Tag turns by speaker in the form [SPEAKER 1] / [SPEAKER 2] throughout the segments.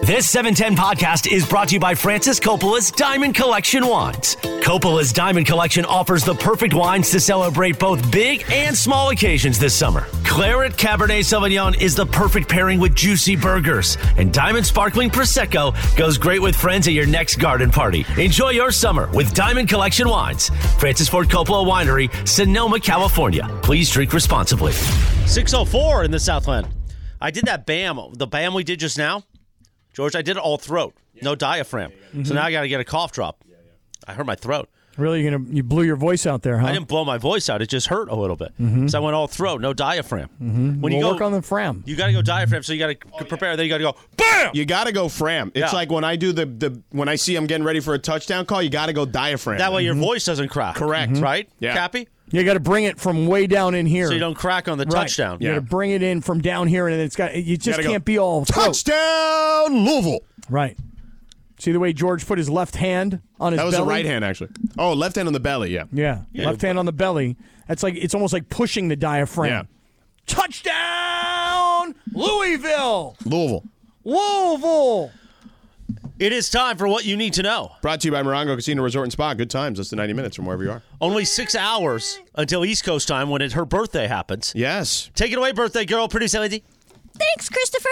[SPEAKER 1] This 710 podcast is brought to you by Francis Coppola's Diamond Collection Wines. Coppola's Diamond Collection offers the perfect wines to celebrate both big and small occasions this summer. Claret Cabernet Sauvignon is the perfect pairing with juicy burgers, and Diamond Sparkling Prosecco goes great with friends at your next garden party. Enjoy your summer with Diamond Collection Wines. Francis Ford Coppola Winery, Sonoma, California. Please drink responsibly.
[SPEAKER 2] 604 in the Southland. I did that BAM, the BAM we did just now. George, I did it all throat, no diaphragm. So now I got to get a cough drop. I hurt my throat.
[SPEAKER 3] Really, you're gonna you blew your voice out there, huh?
[SPEAKER 2] I didn't blow my voice out. It just hurt a little bit. So I went all throat, no diaphragm. When
[SPEAKER 3] Mm-hmm. we'll
[SPEAKER 2] you go,
[SPEAKER 3] work on the Oh, fram.
[SPEAKER 2] you got to go diaphragm, so you got to prepare. Then you got to go, BAM!
[SPEAKER 4] You got to go Fram. It's
[SPEAKER 2] Yeah.
[SPEAKER 4] like when I do the, the when I see I'm getting ready for a touchdown call, you got to go diaphragm.
[SPEAKER 2] That way your
[SPEAKER 3] Mm-hmm.
[SPEAKER 2] voice doesn't crack. Mm-hmm.
[SPEAKER 4] Correct. Mhm.
[SPEAKER 2] Right?
[SPEAKER 4] Yeah.
[SPEAKER 2] Cappy?
[SPEAKER 3] You got to bring it from way down in here.
[SPEAKER 2] So you don't crack on the
[SPEAKER 3] Right.
[SPEAKER 2] touchdown.
[SPEAKER 3] You got to bring it in from down here, and it's got you just
[SPEAKER 4] Gotta go.
[SPEAKER 3] can't be all throat.
[SPEAKER 4] touchdown Louisville.
[SPEAKER 3] Right. See the way George put his left hand on his
[SPEAKER 4] That was
[SPEAKER 3] belly?
[SPEAKER 4] the right hand actually. Oh, left hand on the belly. Yeah.
[SPEAKER 3] Yeah, left hand on the belly. That's like it's almost like pushing the diaphragm.
[SPEAKER 4] Yeah.
[SPEAKER 3] Touchdown, Louisville,
[SPEAKER 4] Louisville.
[SPEAKER 3] Louisville.
[SPEAKER 2] It is time for what you need to know.
[SPEAKER 4] Brought to you by Morongo Casino Resort and Spa. Good times. Less than 90 minutes from wherever you are.
[SPEAKER 2] Only six hours until East Coast time when it, her birthday happens.
[SPEAKER 4] Yes.
[SPEAKER 2] Take it away, birthday girl, producer lady.
[SPEAKER 5] Thanks, Christopher.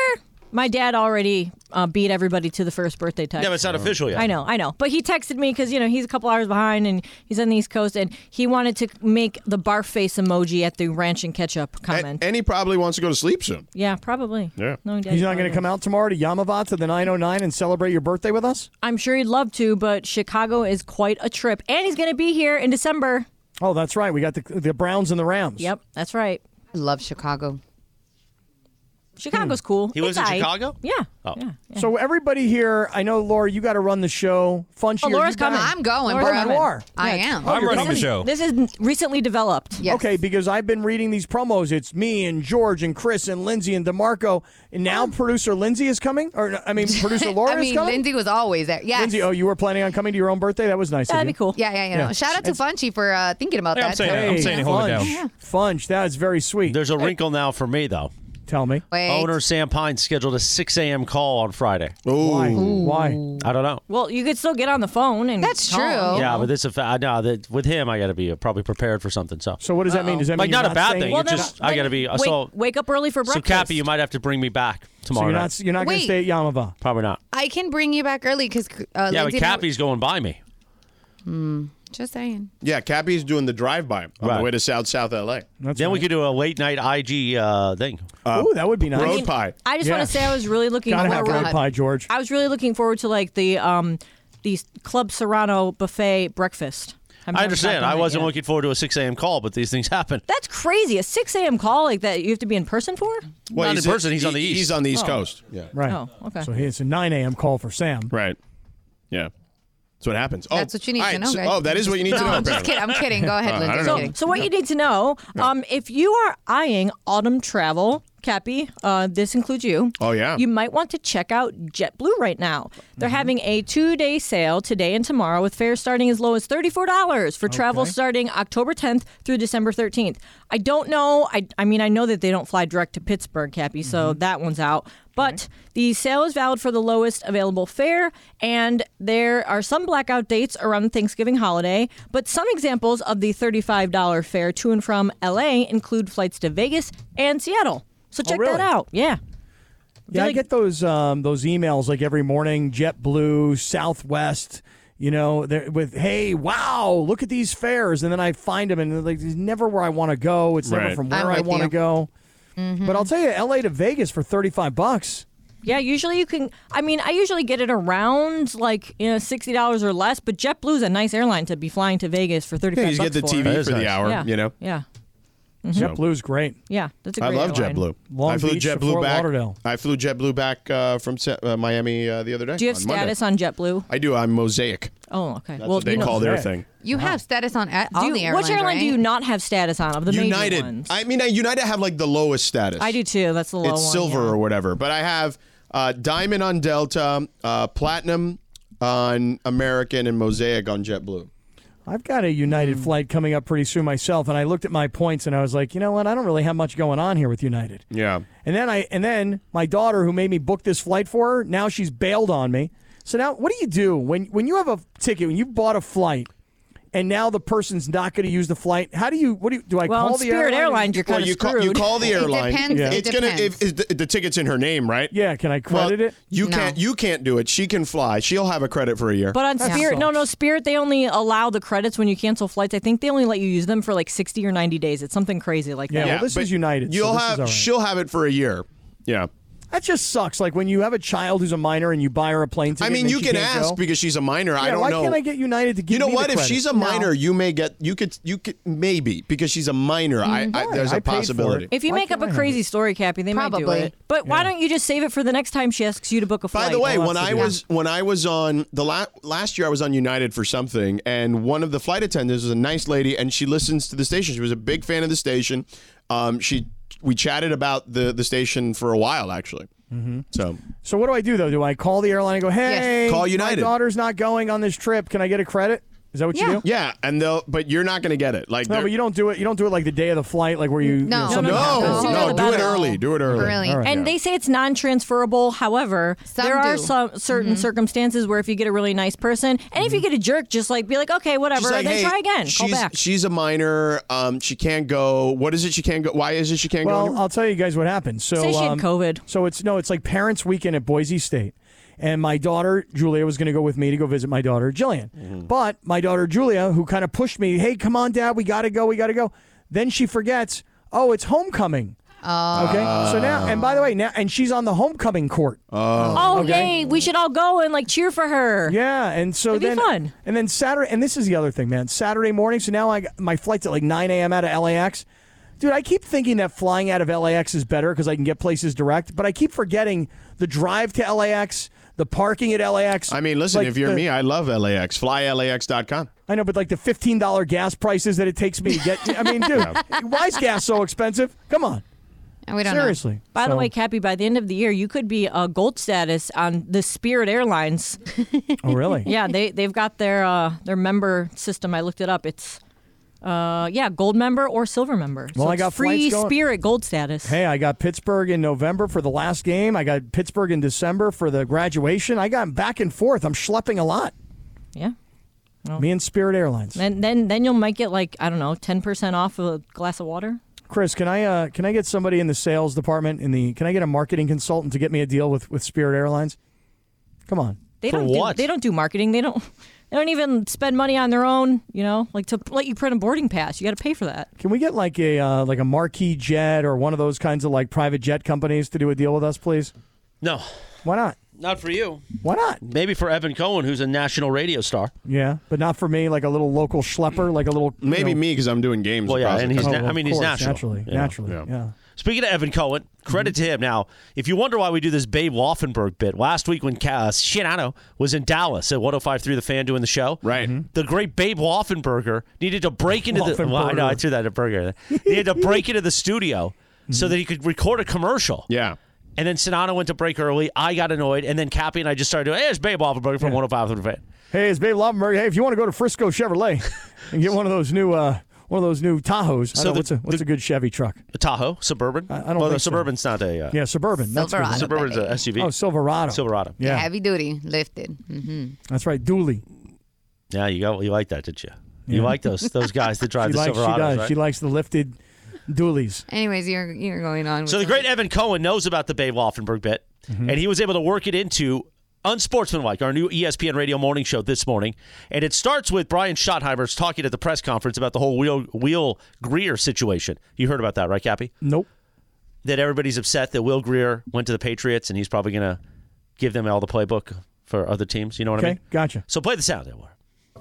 [SPEAKER 5] My dad already uh, beat everybody to the first birthday text.
[SPEAKER 2] Yeah, but it's not official yet.
[SPEAKER 5] I know, I know. But he texted me because, you know, he's a couple hours behind and he's on the East Coast and he wanted to make the barf face emoji at the ranch and ketchup
[SPEAKER 4] A-
[SPEAKER 5] comment.
[SPEAKER 4] and he probably wants to go to sleep soon.
[SPEAKER 5] yeah, probably.
[SPEAKER 4] Yeah.
[SPEAKER 5] Knowing Daddy
[SPEAKER 3] He's not going
[SPEAKER 5] probably.
[SPEAKER 3] to come out tomorrow to Yamava to the 909 and celebrate your birthday with us.
[SPEAKER 5] I'm sure he'd love to, but Chicago is quite a trip. And he's going to be here in December.
[SPEAKER 3] Oh, that's right. We got the the Browns and the Rams.
[SPEAKER 5] Yep, that's right.
[SPEAKER 6] Love Chicago.
[SPEAKER 5] Chicago's cool.
[SPEAKER 2] He lives
[SPEAKER 5] It's
[SPEAKER 2] in
[SPEAKER 5] aight.
[SPEAKER 2] Chicago?
[SPEAKER 5] Yeah. Oh. yeah.
[SPEAKER 3] So everybody here, I know Laura, you got to run the show. Fun.
[SPEAKER 5] Oh, Laura's coming.
[SPEAKER 6] I'm going,
[SPEAKER 5] Laura's
[SPEAKER 6] bro.
[SPEAKER 3] Oh, you are.
[SPEAKER 6] I
[SPEAKER 5] Yeah.
[SPEAKER 6] am.
[SPEAKER 3] Oh,
[SPEAKER 7] I'm
[SPEAKER 3] you're
[SPEAKER 7] running the
[SPEAKER 3] coming.
[SPEAKER 7] show.
[SPEAKER 5] This is recently developed.
[SPEAKER 6] Yes.
[SPEAKER 3] Okay, because I've been reading these promos. It's me and George and Chris and Lindsay and DeMarco. And now
[SPEAKER 5] Um,
[SPEAKER 3] producer Lindsay is coming? Or I mean producer Laura
[SPEAKER 6] I
[SPEAKER 3] is
[SPEAKER 6] mean,
[SPEAKER 3] coming?
[SPEAKER 6] Lindsay was always there. Yes.
[SPEAKER 3] Lindsay, oh, you were planning on coming to your own birthday? That was nice. of
[SPEAKER 5] That'd
[SPEAKER 3] you.
[SPEAKER 5] be cool.
[SPEAKER 6] Yeah, yeah, you know.
[SPEAKER 3] Yeah.
[SPEAKER 6] Shout out to Funchy for uh, thinking about
[SPEAKER 7] Yeah, I'm
[SPEAKER 6] that.
[SPEAKER 7] saying it. I'm
[SPEAKER 3] Hey,
[SPEAKER 7] saying it. Hold it down.
[SPEAKER 3] Funch. Funch, that is very sweet.
[SPEAKER 2] There's a wrinkle now for me, though.
[SPEAKER 3] Tell me.
[SPEAKER 6] Wait.
[SPEAKER 2] Owner Sam Pine scheduled a 6 a.m. call on Friday.
[SPEAKER 3] Why? Why?
[SPEAKER 2] I don't know.
[SPEAKER 5] Well, you could still get on the phone and
[SPEAKER 6] That's
[SPEAKER 5] call
[SPEAKER 6] true.
[SPEAKER 5] him, you
[SPEAKER 2] Yeah,
[SPEAKER 5] know?
[SPEAKER 2] but this I know that with him, I got to be uh, probably prepared for something. So,
[SPEAKER 3] So what does that mean? Does that
[SPEAKER 2] like
[SPEAKER 3] mean
[SPEAKER 2] not
[SPEAKER 3] you're
[SPEAKER 2] a bad
[SPEAKER 3] saying
[SPEAKER 2] thing.
[SPEAKER 3] you're
[SPEAKER 2] it
[SPEAKER 5] then
[SPEAKER 2] just
[SPEAKER 5] let
[SPEAKER 2] I got to
[SPEAKER 5] him
[SPEAKER 2] be uh,
[SPEAKER 5] wake,
[SPEAKER 2] so.
[SPEAKER 5] wake up early for
[SPEAKER 2] So
[SPEAKER 5] breakfast.
[SPEAKER 2] Cappy, you might have to bring me back
[SPEAKER 3] So
[SPEAKER 2] tomorrow
[SPEAKER 3] you're
[SPEAKER 2] night.
[SPEAKER 3] not you're not going to
[SPEAKER 6] Wait.
[SPEAKER 3] stay at Yamava.
[SPEAKER 2] probably not.
[SPEAKER 6] I can bring you back early because uh,
[SPEAKER 2] Yeah, but
[SPEAKER 6] Lindsay
[SPEAKER 2] Cappy's going by me.
[SPEAKER 6] Just saying.
[SPEAKER 4] Yeah, Cappy's doing the drive-by on
[SPEAKER 2] Right.
[SPEAKER 4] the way to South South LA.
[SPEAKER 3] That's
[SPEAKER 2] Then we
[SPEAKER 3] right.
[SPEAKER 2] could do a late night IG uh, thing.
[SPEAKER 3] Ooh, that would be nice.
[SPEAKER 4] Road
[SPEAKER 5] I mean,
[SPEAKER 4] pie.
[SPEAKER 5] I just
[SPEAKER 3] Yeah.
[SPEAKER 5] want to say I was really looking
[SPEAKER 3] Gotta have
[SPEAKER 5] forward.
[SPEAKER 3] road pie, George.
[SPEAKER 5] I was really looking forward to like the um the Club Serrano buffet breakfast. I'm
[SPEAKER 2] I
[SPEAKER 5] not
[SPEAKER 2] understand.
[SPEAKER 5] talking
[SPEAKER 2] I
[SPEAKER 5] about it
[SPEAKER 2] wasn't
[SPEAKER 5] yet.
[SPEAKER 2] looking forward to a 6 a.m. call, but these things happen.
[SPEAKER 5] That's crazy. A 6 a.m. call like that you have to be in person for?
[SPEAKER 4] Well,
[SPEAKER 2] not
[SPEAKER 4] he's
[SPEAKER 2] in person, he's on the
[SPEAKER 4] he-
[SPEAKER 2] East.
[SPEAKER 4] He's on the East Coast. Yeah.
[SPEAKER 3] Right.
[SPEAKER 5] Oh, okay.
[SPEAKER 3] So it's a 9 a.m. call for Sam.
[SPEAKER 4] Right. Yeah. That's what happens. Oh,
[SPEAKER 6] That's what you need
[SPEAKER 4] all
[SPEAKER 6] to
[SPEAKER 4] right,
[SPEAKER 6] know,
[SPEAKER 4] so-
[SPEAKER 6] guys.
[SPEAKER 4] oh, that is what you need to
[SPEAKER 6] No,
[SPEAKER 4] know.
[SPEAKER 6] I'm just
[SPEAKER 4] apparently.
[SPEAKER 6] kidding. I'm kidding. Go ahead, Lindsay.
[SPEAKER 4] don't
[SPEAKER 6] I'm
[SPEAKER 4] know.
[SPEAKER 6] kidding.
[SPEAKER 5] So what you need to know, um, if you are eyeing autumn travel, Cappy, uh, this includes you.
[SPEAKER 4] Oh, yeah.
[SPEAKER 5] You might want to check out JetBlue right now. They're having a two-day sale today and tomorrow with fares starting as low as thirty-four dollars for travel starting October tenth through December thirteenth. I don't know. I I mean I know that they don't fly direct to Pittsburgh, Cappy, so that one's out. But the sale is valid for the lowest available fare, and there are some blackout dates around the Thanksgiving holiday. But some examples of the $35 fare to and from LA include flights to Vegas and Seattle. So check
[SPEAKER 3] really?
[SPEAKER 5] that out. Yeah.
[SPEAKER 3] Yeah, I
[SPEAKER 5] Like-
[SPEAKER 3] get those um, those emails like every morning. JetBlue, Southwest, you know, they're with hey, wow, look at these fares, and then I find them, and they're like, it's never where I want to go. It's never
[SPEAKER 4] Right.
[SPEAKER 3] from
[SPEAKER 6] I'm
[SPEAKER 3] where I
[SPEAKER 6] with
[SPEAKER 3] want to
[SPEAKER 6] you. Mm-hmm.
[SPEAKER 3] go. But I'll tell you, L.A. to Vegas for thirty five bucks.
[SPEAKER 5] Yeah, usually you can. I mean, I usually get it around like you know sixty dollars or less. But JetBlue's a nice airline to be flying to Vegas for thirty
[SPEAKER 4] Yeah,
[SPEAKER 5] five.
[SPEAKER 4] you get the
[SPEAKER 5] for.
[SPEAKER 4] TV
[SPEAKER 2] That
[SPEAKER 4] for
[SPEAKER 2] is nice.
[SPEAKER 4] the hour,
[SPEAKER 5] Yeah,
[SPEAKER 4] you know.
[SPEAKER 5] Yeah,
[SPEAKER 6] Mm-hmm.
[SPEAKER 3] JetBlue's great.
[SPEAKER 5] yeah. That's a
[SPEAKER 4] I
[SPEAKER 5] great
[SPEAKER 4] love
[SPEAKER 5] airline.
[SPEAKER 4] JetBlue.
[SPEAKER 3] Long
[SPEAKER 4] I flew
[SPEAKER 3] Beach to
[SPEAKER 4] JetBlue
[SPEAKER 3] Fort
[SPEAKER 4] back.
[SPEAKER 3] Lauderdale.
[SPEAKER 4] I flew JetBlue back uh, from Sa- uh, Miami uh, the other day.
[SPEAKER 5] Do you have
[SPEAKER 4] on Monday.
[SPEAKER 5] status on JetBlue?
[SPEAKER 4] I do. I'm Mosaic.
[SPEAKER 5] Oh, okay.
[SPEAKER 4] That's
[SPEAKER 5] well,
[SPEAKER 4] what they
[SPEAKER 5] you know-
[SPEAKER 4] call their
[SPEAKER 3] Mosaic.
[SPEAKER 4] thing.
[SPEAKER 6] you have status on a- all
[SPEAKER 5] Do you-
[SPEAKER 6] the airlines,
[SPEAKER 5] which airline do
[SPEAKER 6] right?
[SPEAKER 5] you not have status on of the
[SPEAKER 4] United.
[SPEAKER 5] major ones?
[SPEAKER 4] I mean, uh, United have like the lowest status.
[SPEAKER 5] I do too. That's the low
[SPEAKER 4] it's
[SPEAKER 5] one.
[SPEAKER 4] silver
[SPEAKER 5] yeah.
[SPEAKER 4] or whatever. But I have uh, diamond on Delta, uh, platinum on American, and Mosaic on JetBlue.
[SPEAKER 3] I've got a United
[SPEAKER 6] Mm.
[SPEAKER 3] flight coming up pretty soon myself, and I looked at my points and I was like, you know what? I don't really have much going on here with United.
[SPEAKER 4] Yeah.
[SPEAKER 3] And then I and then my daughter who made me book this flight for her, now she's bailed on me. So now what do you do when when you have a ticket, when you bought a flight and now the person's not going to use the flight? How do you what do you do I
[SPEAKER 5] Well,
[SPEAKER 3] call
[SPEAKER 5] in
[SPEAKER 3] the
[SPEAKER 5] Spirit
[SPEAKER 3] airline?
[SPEAKER 5] Airlines, you're
[SPEAKER 4] Well,
[SPEAKER 5] kind of
[SPEAKER 4] you call,
[SPEAKER 5] screwed.
[SPEAKER 4] you call the airline.
[SPEAKER 6] depends. Yeah. It
[SPEAKER 4] It's gonna
[SPEAKER 6] depends.
[SPEAKER 4] if, is the, the ticket's in her name, right?
[SPEAKER 3] Yeah, can I
[SPEAKER 4] Well,
[SPEAKER 3] credit it?
[SPEAKER 4] You
[SPEAKER 6] No.
[SPEAKER 4] can't. You can't do it. She can fly. She'll have a credit for a year.
[SPEAKER 5] But on
[SPEAKER 3] That
[SPEAKER 5] Spirit, no,
[SPEAKER 3] sucks.
[SPEAKER 5] no, Spirit, they only allow the credits when you cancel flights. I think they only let you use them for like 60 or 90 days. It's something crazy like
[SPEAKER 3] Yeah,
[SPEAKER 5] that.
[SPEAKER 3] well, this
[SPEAKER 4] but
[SPEAKER 3] is United. so
[SPEAKER 4] You'll
[SPEAKER 3] this is
[SPEAKER 4] have.
[SPEAKER 3] all right.
[SPEAKER 4] She'll have it for a year. Yeah.
[SPEAKER 3] That just sucks. Like when you have a child who's a minor and you buy her a plane ticket.
[SPEAKER 4] I mean,
[SPEAKER 3] and
[SPEAKER 4] you
[SPEAKER 3] she
[SPEAKER 4] can
[SPEAKER 3] can't
[SPEAKER 4] ask
[SPEAKER 3] go.
[SPEAKER 4] because she's a minor. I
[SPEAKER 3] Yeah,
[SPEAKER 4] don't
[SPEAKER 3] why
[SPEAKER 4] know.
[SPEAKER 3] can't I get United to give
[SPEAKER 4] you know
[SPEAKER 3] me the
[SPEAKER 4] what? If
[SPEAKER 3] credit?
[SPEAKER 4] she's a minor, you may get. You could. You could maybe because she's a minor. I, I there's
[SPEAKER 3] Mm, I paid
[SPEAKER 4] a
[SPEAKER 3] for it.
[SPEAKER 4] possibility.
[SPEAKER 5] If you
[SPEAKER 3] Why
[SPEAKER 5] make up
[SPEAKER 3] can't I
[SPEAKER 5] a
[SPEAKER 3] have
[SPEAKER 5] crazy story, Cappy, they might
[SPEAKER 6] Probably.
[SPEAKER 5] do it. But why don't you just save it for the next time she asks you to book a flight?
[SPEAKER 4] By the way,
[SPEAKER 5] I'll
[SPEAKER 4] when
[SPEAKER 5] have
[SPEAKER 4] I
[SPEAKER 5] to do
[SPEAKER 4] was when I was on the la- last year, I was on United for something, and one of the flight attendants was a nice lady, and she listens to the station. She was a big fan of the station. Um, she we chatted about the the station for a while actually. Mm-hmm. So
[SPEAKER 3] so what do I do though? Do I call the airline and go, hey,
[SPEAKER 4] Call
[SPEAKER 3] My
[SPEAKER 4] United."
[SPEAKER 3] daughter's not going on this trip. Can I get a credit? Is that what you
[SPEAKER 6] Yeah.
[SPEAKER 3] do?
[SPEAKER 4] yeah, and they'll but you're not going to get it. Like
[SPEAKER 3] No,
[SPEAKER 4] they're-
[SPEAKER 3] but you don't do it. You don't do it like the day of the flight, like where you.
[SPEAKER 6] No.
[SPEAKER 3] you
[SPEAKER 6] No,
[SPEAKER 3] know, something
[SPEAKER 6] no,
[SPEAKER 3] happens.
[SPEAKER 4] no,
[SPEAKER 5] Sooner
[SPEAKER 4] no,
[SPEAKER 5] the
[SPEAKER 4] do it
[SPEAKER 5] better.
[SPEAKER 4] early. Do it early.
[SPEAKER 6] Really?
[SPEAKER 5] And they say it's non-transferable. However,
[SPEAKER 6] Some
[SPEAKER 5] there are
[SPEAKER 6] do. Mm-hmm.
[SPEAKER 5] some certain circumstances where if you get a really nice person, and if you get a jerk, just like be like, okay, whatever,
[SPEAKER 4] She's Mm-hmm. like,
[SPEAKER 5] then
[SPEAKER 4] hey,
[SPEAKER 5] try again,
[SPEAKER 4] She's,
[SPEAKER 5] call back.
[SPEAKER 4] she's a minor. Um, she can't go. What is it? She can't go. Why is it she can't go?
[SPEAKER 3] Well, I'll tell you guys what happened. So
[SPEAKER 5] Say she had
[SPEAKER 3] um,
[SPEAKER 5] COVID.
[SPEAKER 3] So it's no, it's like parents' weekend at Boise State, and my daughter Julia was going to go with me to go visit my daughter Jillian, but my daughter Julia, who kind of pushed me, hey, come on, Dad, we got to go, we got to go. Then she forgets. Oh, it's homecoming.
[SPEAKER 6] Ah.
[SPEAKER 3] okay. So now, and by the way, now, and she's on the homecoming court.
[SPEAKER 5] oh yay, we should all go and like cheer for her.
[SPEAKER 3] Yeah, and so
[SPEAKER 5] It'd be
[SPEAKER 3] then
[SPEAKER 5] fun.
[SPEAKER 3] and then Saturday, and this is the other thing, man. Saturday morning, so now I got- my flight's at like 9 a.m. out of LAX. Dude, I keep thinking that flying out of LAX is better because I can get places direct, but I keep forgetting the drive to LAX, the parking at LAX.
[SPEAKER 4] I mean, listen,
[SPEAKER 3] like
[SPEAKER 4] if you're
[SPEAKER 3] the-
[SPEAKER 4] me, I love LAX. FlyLAX.com.
[SPEAKER 3] I know, but like the fifteen dollar gas prices that it takes me to get. I mean, dude, why is gas so expensive? Come on,
[SPEAKER 6] And we don't know.
[SPEAKER 3] seriously.
[SPEAKER 5] By the
[SPEAKER 3] So-
[SPEAKER 5] way, Cappy, by the end of the year, you could be a gold status on the Spirit Airlines.
[SPEAKER 3] oh really?
[SPEAKER 5] yeah, they they've got their uh, their member system. I looked it up. It's uh, yeah, gold member or silver member.
[SPEAKER 3] Well,
[SPEAKER 5] so
[SPEAKER 3] I
[SPEAKER 5] it's
[SPEAKER 3] got
[SPEAKER 5] free
[SPEAKER 3] flights going-
[SPEAKER 5] Spirit gold status.
[SPEAKER 3] Hey, I got Pittsburgh in November for the last game. I got Pittsburgh in December for the graduation. I got back and forth. I'm schlepping a lot.
[SPEAKER 5] Yeah.
[SPEAKER 3] Me and Spirit Airlines.
[SPEAKER 5] Then then then you'll might get like I don't know ten percent off a glass of water.
[SPEAKER 3] Chris, can I uh, can I get somebody in the sales department in the can I get a marketing consultant to get me a deal with with Spirit Airlines? Come on.
[SPEAKER 5] They
[SPEAKER 2] For
[SPEAKER 5] don't
[SPEAKER 2] what?
[SPEAKER 5] do they don't do marketing. They don't they don't even spend money on their own. You know, like to let you print a boarding pass, you got to pay for that.
[SPEAKER 3] Can we get like a uh, like a marquee jet or one of those kinds of like private jet companies to do a deal with us, please?
[SPEAKER 2] No,
[SPEAKER 3] Why not?
[SPEAKER 2] not for you.
[SPEAKER 3] Why not?
[SPEAKER 2] Maybe for Evan Cohen, who's a national radio star.
[SPEAKER 3] Yeah, but not for me. Like a little local schlepper, like a little you
[SPEAKER 4] Maybe
[SPEAKER 3] know-
[SPEAKER 4] me because I'm doing games.
[SPEAKER 2] Well, yeah,
[SPEAKER 4] across
[SPEAKER 2] and
[SPEAKER 4] the
[SPEAKER 2] he's
[SPEAKER 3] Oh,
[SPEAKER 4] country.
[SPEAKER 2] na-
[SPEAKER 3] of
[SPEAKER 2] I mean, he's
[SPEAKER 3] course,
[SPEAKER 2] national.
[SPEAKER 3] Naturally,
[SPEAKER 2] Yeah.
[SPEAKER 3] naturally,
[SPEAKER 4] Yeah.
[SPEAKER 3] yeah.
[SPEAKER 2] Speaking of Evan Cohen, credit
[SPEAKER 4] Mm-hmm.
[SPEAKER 2] to him. Now, if you wonder why we do this Babe Loffenberg bit, last week when Ca- uh, Shinano was in Dallas at 105.3 The Fan doing the show,
[SPEAKER 4] Right. Mhm.
[SPEAKER 2] The great Babe Loffenberger needed to break into the. Well, I know I
[SPEAKER 3] Loffenberger.
[SPEAKER 2] threw that at burger. He had to break into the studio so that he could record a commercial.
[SPEAKER 4] Mm-hmm. Yeah.
[SPEAKER 2] And then Sonata went to break early. I got annoyed, and then Cappy and I just started doing. Hey, it's Babe Loffenberg from 105.3 The Fan.
[SPEAKER 3] Hey, it's Babe Loppenberg. Hey, if you want to go to Frisco Chevrolet and get one of those new uh, one of those new Tahoes, I
[SPEAKER 2] So
[SPEAKER 3] don't know
[SPEAKER 2] the-
[SPEAKER 3] what's a what's
[SPEAKER 2] the-
[SPEAKER 3] a good Chevy truck?
[SPEAKER 2] A Tahoe, suburban.
[SPEAKER 3] I don't
[SPEAKER 2] well,
[SPEAKER 3] think
[SPEAKER 2] no,
[SPEAKER 3] so.
[SPEAKER 2] Oh, suburban's not a. Uh,
[SPEAKER 3] Yeah, Suburban. That's what it is.
[SPEAKER 6] Silverado.
[SPEAKER 2] Suburban's a SUV.
[SPEAKER 3] Oh, Silverado.
[SPEAKER 2] Silverado.
[SPEAKER 3] Yeah,
[SPEAKER 6] Heavy duty, lifted. Mm-hmm.
[SPEAKER 3] that's right. Dooley.
[SPEAKER 2] Yeah, you got you like that, did you? You
[SPEAKER 3] Yeah.
[SPEAKER 2] like those those guys that drive
[SPEAKER 3] She
[SPEAKER 2] the
[SPEAKER 3] likes. She
[SPEAKER 2] Silverados,
[SPEAKER 3] does.
[SPEAKER 2] right?
[SPEAKER 3] She likes the lifted Dooley's.
[SPEAKER 6] Anyways, you're you're going on. With
[SPEAKER 2] so the great Evan Cohen knows about the Babe Loffenberg bit,
[SPEAKER 3] Mm-hmm.
[SPEAKER 2] and he was able to work it into unsportsmanlike, our new E ESPN Radio Morning Show this morning, and it starts with Brian Schottheimer's talking at the press conference about the whole Will Will Greer situation. You heard about that, right, Cappy?
[SPEAKER 3] Nope.
[SPEAKER 2] That everybody's upset that Will Greer went to the Patriots, and he's probably going to give them all the playbook for other teams. You know what I
[SPEAKER 3] Okay,
[SPEAKER 2] mean?
[SPEAKER 3] gotcha.
[SPEAKER 2] So play the sound, Edward.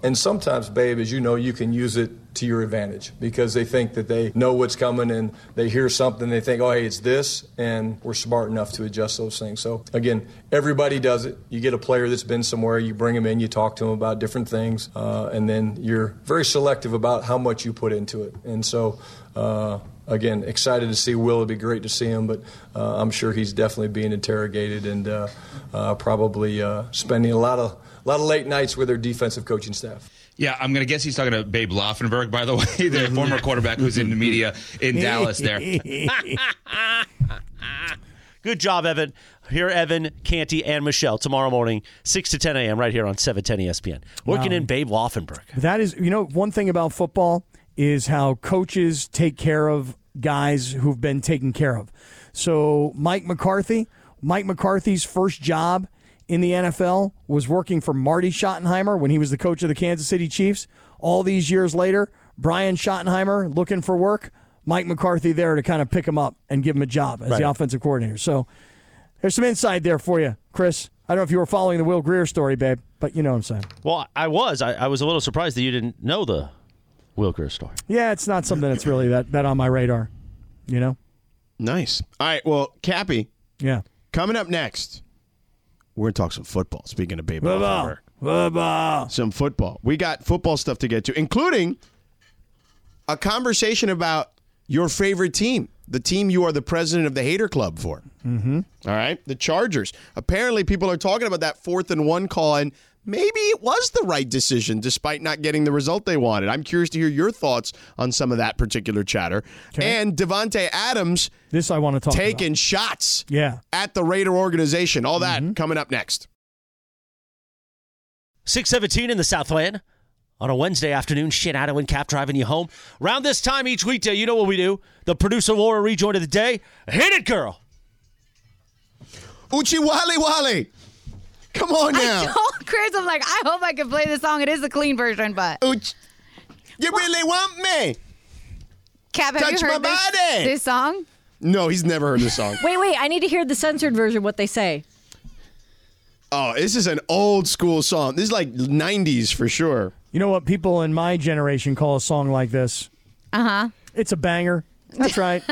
[SPEAKER 7] And sometimes, babe, as you know, you can use it to your advantage because they think that they know what's coming and they hear something. They think, oh, hey, it's this. And we're smart enough to adjust those things. So, again, everybody does it. You get a player that's been somewhere, you bring him in, you talk to him about different things, uh, and then you're very selective about how much you put into it. And so, uh, again, excited to see Will. It'd be great to see him, but uh, I'm sure he's definitely being interrogated and uh, uh, probably uh, spending a lot of a lot of late nights with their defensive coaching staff.
[SPEAKER 8] Yeah, I'm going to guess he's talking to Babe Loffenberg, by the way, the former quarterback who's in the media in Dallas there.
[SPEAKER 2] Good job, Evan. Here, Evan, Canty, and Michelle tomorrow morning, 6 to 10 a.m., right here on E 710 ESPN. Working in Babe Loffenberg.
[SPEAKER 3] That is, you know, one thing about football is how coaches take care of guys who've been taken care of. So, Mike McCarthy, Mike McCarthy's first job in the NFL was working for Marty Schottenheimer when he was the coach of the Kansas City Chiefs. All these years later, Brian Schottenheimer looking for work, Mike McCarthy there to kind of pick him up and give him a job as
[SPEAKER 2] Right.
[SPEAKER 3] the offensive coordinator. So, there's some inside there for you, Chris. I don't know if you were following the Will Greer story, babe, but you know what I'm saying.
[SPEAKER 2] Well, I was. I, I was a little surprised that you didn't know the Wilker story.
[SPEAKER 3] Yeah, it's not something that's really that, that on my radar, you know?
[SPEAKER 4] Nice. All right. Well, Cappy,
[SPEAKER 3] Yeah.
[SPEAKER 4] coming up next, we're going to talk some football. Speaking of Babe Loffenberg. some football. We got football stuff to get to, including a conversation about your favorite team, the team you are the president of the hater club for. Mm-hmm. right, the Chargers. Apparently, people are talking about that fourth and one call, and maybe it was the right decision despite not getting the result they wanted. I'm curious to hear your thoughts on some of that particular chatter. And Devonte Adams
[SPEAKER 3] This I want to talk
[SPEAKER 4] taking shots
[SPEAKER 3] about. Yeah.
[SPEAKER 4] at the Raider organization. All that coming up next.
[SPEAKER 2] 617 in the Southland on a Wednesday afternoon. Shenandoah and Cap driving you home. Around this time each weekday, you know what we do. The producer Laura rejoin of the day. Hit it, girl.
[SPEAKER 4] Uchi Wally Wally. Come on now.
[SPEAKER 6] I told Chris, I'm like, I hope I can play this song. It is a clean version, but
[SPEAKER 4] Ooch. You really want me?
[SPEAKER 6] Cap, have
[SPEAKER 4] Touch
[SPEAKER 6] you
[SPEAKER 4] my
[SPEAKER 6] heard this,
[SPEAKER 4] body.
[SPEAKER 6] this song?
[SPEAKER 4] No, he's never heard this song.
[SPEAKER 5] Wait, wait. I need to hear the censored version. What they say.
[SPEAKER 4] oh, this is an old school song. This is like 90s for sure.
[SPEAKER 3] You know what people in my generation call a song like this?
[SPEAKER 6] Uh-huh.
[SPEAKER 3] Uh huh. It's a banger. That's right.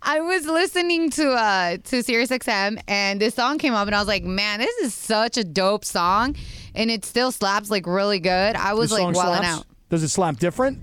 [SPEAKER 6] I was listening to uh to Sirius XM and this song came up and I was like, man, this is such a dope song, and it still slaps like really good. I was
[SPEAKER 3] This song
[SPEAKER 6] like wilding
[SPEAKER 3] slaps.
[SPEAKER 6] out.
[SPEAKER 3] Does it slap different?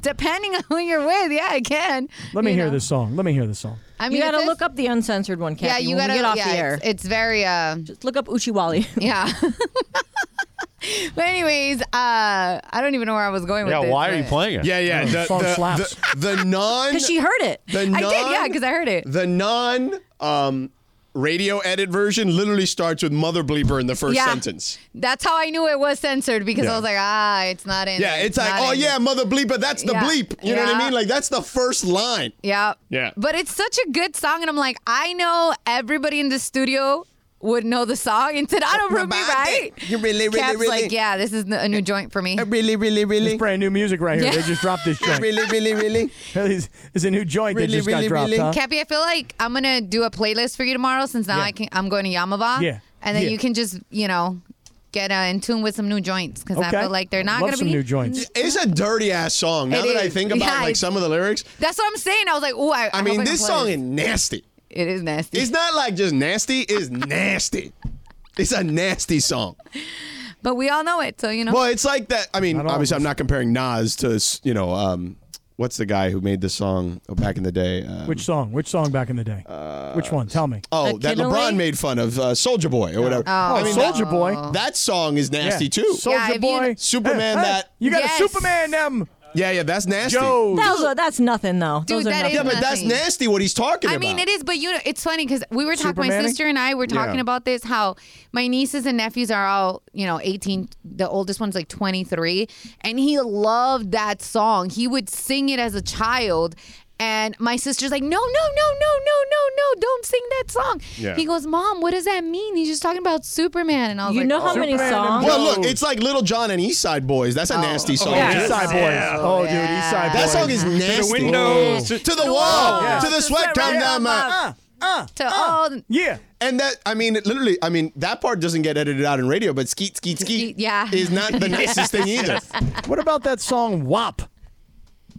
[SPEAKER 6] Depending on who you're with, yeah, I can.
[SPEAKER 3] Let me
[SPEAKER 6] you
[SPEAKER 3] hear
[SPEAKER 6] know?
[SPEAKER 3] this song. Let me hear this song.
[SPEAKER 6] I mean,
[SPEAKER 5] You gotta
[SPEAKER 6] if
[SPEAKER 5] look
[SPEAKER 6] this-
[SPEAKER 5] up the uncensored one, Kathy.
[SPEAKER 6] Yeah, you
[SPEAKER 5] when
[SPEAKER 6] gotta
[SPEAKER 5] we get off
[SPEAKER 6] yeah,
[SPEAKER 5] the air.
[SPEAKER 6] It's, it's very uh,
[SPEAKER 5] Just look up Uchiwali.
[SPEAKER 6] yeah. but anyways, uh, I don't even know where I was going with
[SPEAKER 2] Yeah,
[SPEAKER 6] this.
[SPEAKER 2] why are you
[SPEAKER 6] but-
[SPEAKER 2] playing it?
[SPEAKER 4] Yeah,
[SPEAKER 6] Oh,
[SPEAKER 4] yeah. The,
[SPEAKER 3] song
[SPEAKER 4] the-
[SPEAKER 3] slaps.
[SPEAKER 4] the- the non.
[SPEAKER 5] Because she heard it.
[SPEAKER 4] the non,
[SPEAKER 6] I did, yeah, because I heard it.
[SPEAKER 4] The non um, radio edit version literally starts with Mother Bleeper in the first
[SPEAKER 6] Yeah.
[SPEAKER 4] sentence.
[SPEAKER 6] That's how I knew it was censored because
[SPEAKER 4] Yeah.
[SPEAKER 6] I was like, ah, it's not in.
[SPEAKER 4] Yeah,
[SPEAKER 6] there,
[SPEAKER 4] it's like,
[SPEAKER 6] not
[SPEAKER 4] oh,
[SPEAKER 6] in
[SPEAKER 4] yeah,
[SPEAKER 6] there."
[SPEAKER 4] Mother Bleeper, that's the
[SPEAKER 6] Yeah.
[SPEAKER 4] bleep. You know what I
[SPEAKER 6] Yeah.
[SPEAKER 4] mean? Like, that's the first line.
[SPEAKER 6] Yeah.
[SPEAKER 4] Yeah.
[SPEAKER 6] But it's such a good song, and I'm like, I know everybody in the studio would know the song, and Tadano proved
[SPEAKER 4] Nobody.
[SPEAKER 6] me right.
[SPEAKER 4] You really, really,
[SPEAKER 6] Cap's
[SPEAKER 4] really- Uh, uh-huh.
[SPEAKER 6] like, yeah, this is a new joint for me.
[SPEAKER 4] Really, really,
[SPEAKER 3] It's
[SPEAKER 4] really.
[SPEAKER 3] brand new music right here.
[SPEAKER 6] Yeah.
[SPEAKER 3] They just dropped this joint.
[SPEAKER 4] Really, really, really.
[SPEAKER 3] There's there's a new joint that
[SPEAKER 4] Really,
[SPEAKER 3] just
[SPEAKER 4] really,
[SPEAKER 3] got dropped.
[SPEAKER 4] really?
[SPEAKER 3] huh?
[SPEAKER 6] Cappy, I feel like I'm gonna do a playlist for you tomorrow since now
[SPEAKER 3] Yeah.
[SPEAKER 6] I can. I'm going to Yamava.
[SPEAKER 3] Yeah.
[SPEAKER 6] And then
[SPEAKER 3] Yeah.
[SPEAKER 6] you can just, you know, get uh, in tune with some new joints because I
[SPEAKER 3] Okay.
[SPEAKER 6] feel like they're not
[SPEAKER 3] Love
[SPEAKER 6] gonna
[SPEAKER 3] some
[SPEAKER 6] be
[SPEAKER 3] new joints.
[SPEAKER 4] It's a dirty ass song. Now
[SPEAKER 6] It
[SPEAKER 4] that I
[SPEAKER 6] is.
[SPEAKER 4] think about
[SPEAKER 6] Yeah,
[SPEAKER 4] like
[SPEAKER 6] it's-
[SPEAKER 4] some of the lyrics,
[SPEAKER 6] That's what I'm saying. I was like, oh, I.
[SPEAKER 4] I
[SPEAKER 6] hope
[SPEAKER 4] mean,
[SPEAKER 6] can
[SPEAKER 4] this
[SPEAKER 6] play
[SPEAKER 4] song is nasty.
[SPEAKER 6] It is nasty.
[SPEAKER 4] It's not like just nasty. It's nasty. It's a nasty song.
[SPEAKER 6] but we all know it, so you know.
[SPEAKER 4] Well, it's like that. I mean,
[SPEAKER 3] all
[SPEAKER 4] obviously,
[SPEAKER 3] of
[SPEAKER 4] I'm not comparing Nas to you know, um, what's the guy who made this song back in the day? Um,
[SPEAKER 3] Which song? Which song back in the day? Which one? Tell me.
[SPEAKER 4] oh,
[SPEAKER 5] Uh,
[SPEAKER 4] that
[SPEAKER 5] Kid
[SPEAKER 4] LeBron
[SPEAKER 5] Elite?
[SPEAKER 4] made fun of uh, Soldier Boy or whatever.
[SPEAKER 3] oh,
[SPEAKER 4] I mean, that-
[SPEAKER 3] Soldier Boy.
[SPEAKER 4] That, song is nasty too.
[SPEAKER 3] Soldier
[SPEAKER 6] Yeah, if you-
[SPEAKER 3] Boy.
[SPEAKER 4] Superman
[SPEAKER 3] Hey, hey,
[SPEAKER 4] that-
[SPEAKER 3] You got
[SPEAKER 6] Yes.
[SPEAKER 3] a Superman them.
[SPEAKER 4] yeah, yeah, that's nasty.
[SPEAKER 3] Joe.
[SPEAKER 5] That was a- that's nothing though. Those
[SPEAKER 6] Dude,
[SPEAKER 5] are
[SPEAKER 6] that
[SPEAKER 5] nothing.
[SPEAKER 6] is
[SPEAKER 4] Yeah, but that's
[SPEAKER 6] Nothing.
[SPEAKER 4] nasty. What he's talking
[SPEAKER 6] I
[SPEAKER 4] about.
[SPEAKER 6] mean, it is, but you know, it's funny because we were talking, my
[SPEAKER 3] Superman-ing?
[SPEAKER 6] sister and I were talking
[SPEAKER 4] Yeah.
[SPEAKER 6] about this how my nieces and nephews are all, you know, 18. The oldest one's like 23. And he loved that song. He would sing it as a child. And my sister's like, no, no, no, no, no, no, no, don't sing that song.
[SPEAKER 4] Yeah.
[SPEAKER 6] He goes, Mom, what does that mean? He's just talking about Superman. And I was
[SPEAKER 5] You
[SPEAKER 6] like,
[SPEAKER 5] know how
[SPEAKER 6] "Oh."
[SPEAKER 5] many
[SPEAKER 3] Superman and
[SPEAKER 5] songs?
[SPEAKER 4] Well,
[SPEAKER 3] No.
[SPEAKER 4] look, it's like Little John and East Side Boys. That's a nasty song.
[SPEAKER 6] yeah.
[SPEAKER 4] too.
[SPEAKER 3] Oh, East Side Boys. Oh, dude,
[SPEAKER 6] yeah.
[SPEAKER 3] East Side Boys.
[SPEAKER 4] That song is nasty.
[SPEAKER 8] The windows.
[SPEAKER 4] to the wall,
[SPEAKER 3] Yeah.
[SPEAKER 4] to the sweat come down my.
[SPEAKER 5] Uh,
[SPEAKER 6] to all.
[SPEAKER 3] Yeah.
[SPEAKER 4] And that, I mean, it literally, I mean, that part doesn't get edited out in radio, but skeet, skeet, skeet,
[SPEAKER 6] Skeet, yeah.
[SPEAKER 4] is not the nicest thing either.
[SPEAKER 3] What about that song WAP?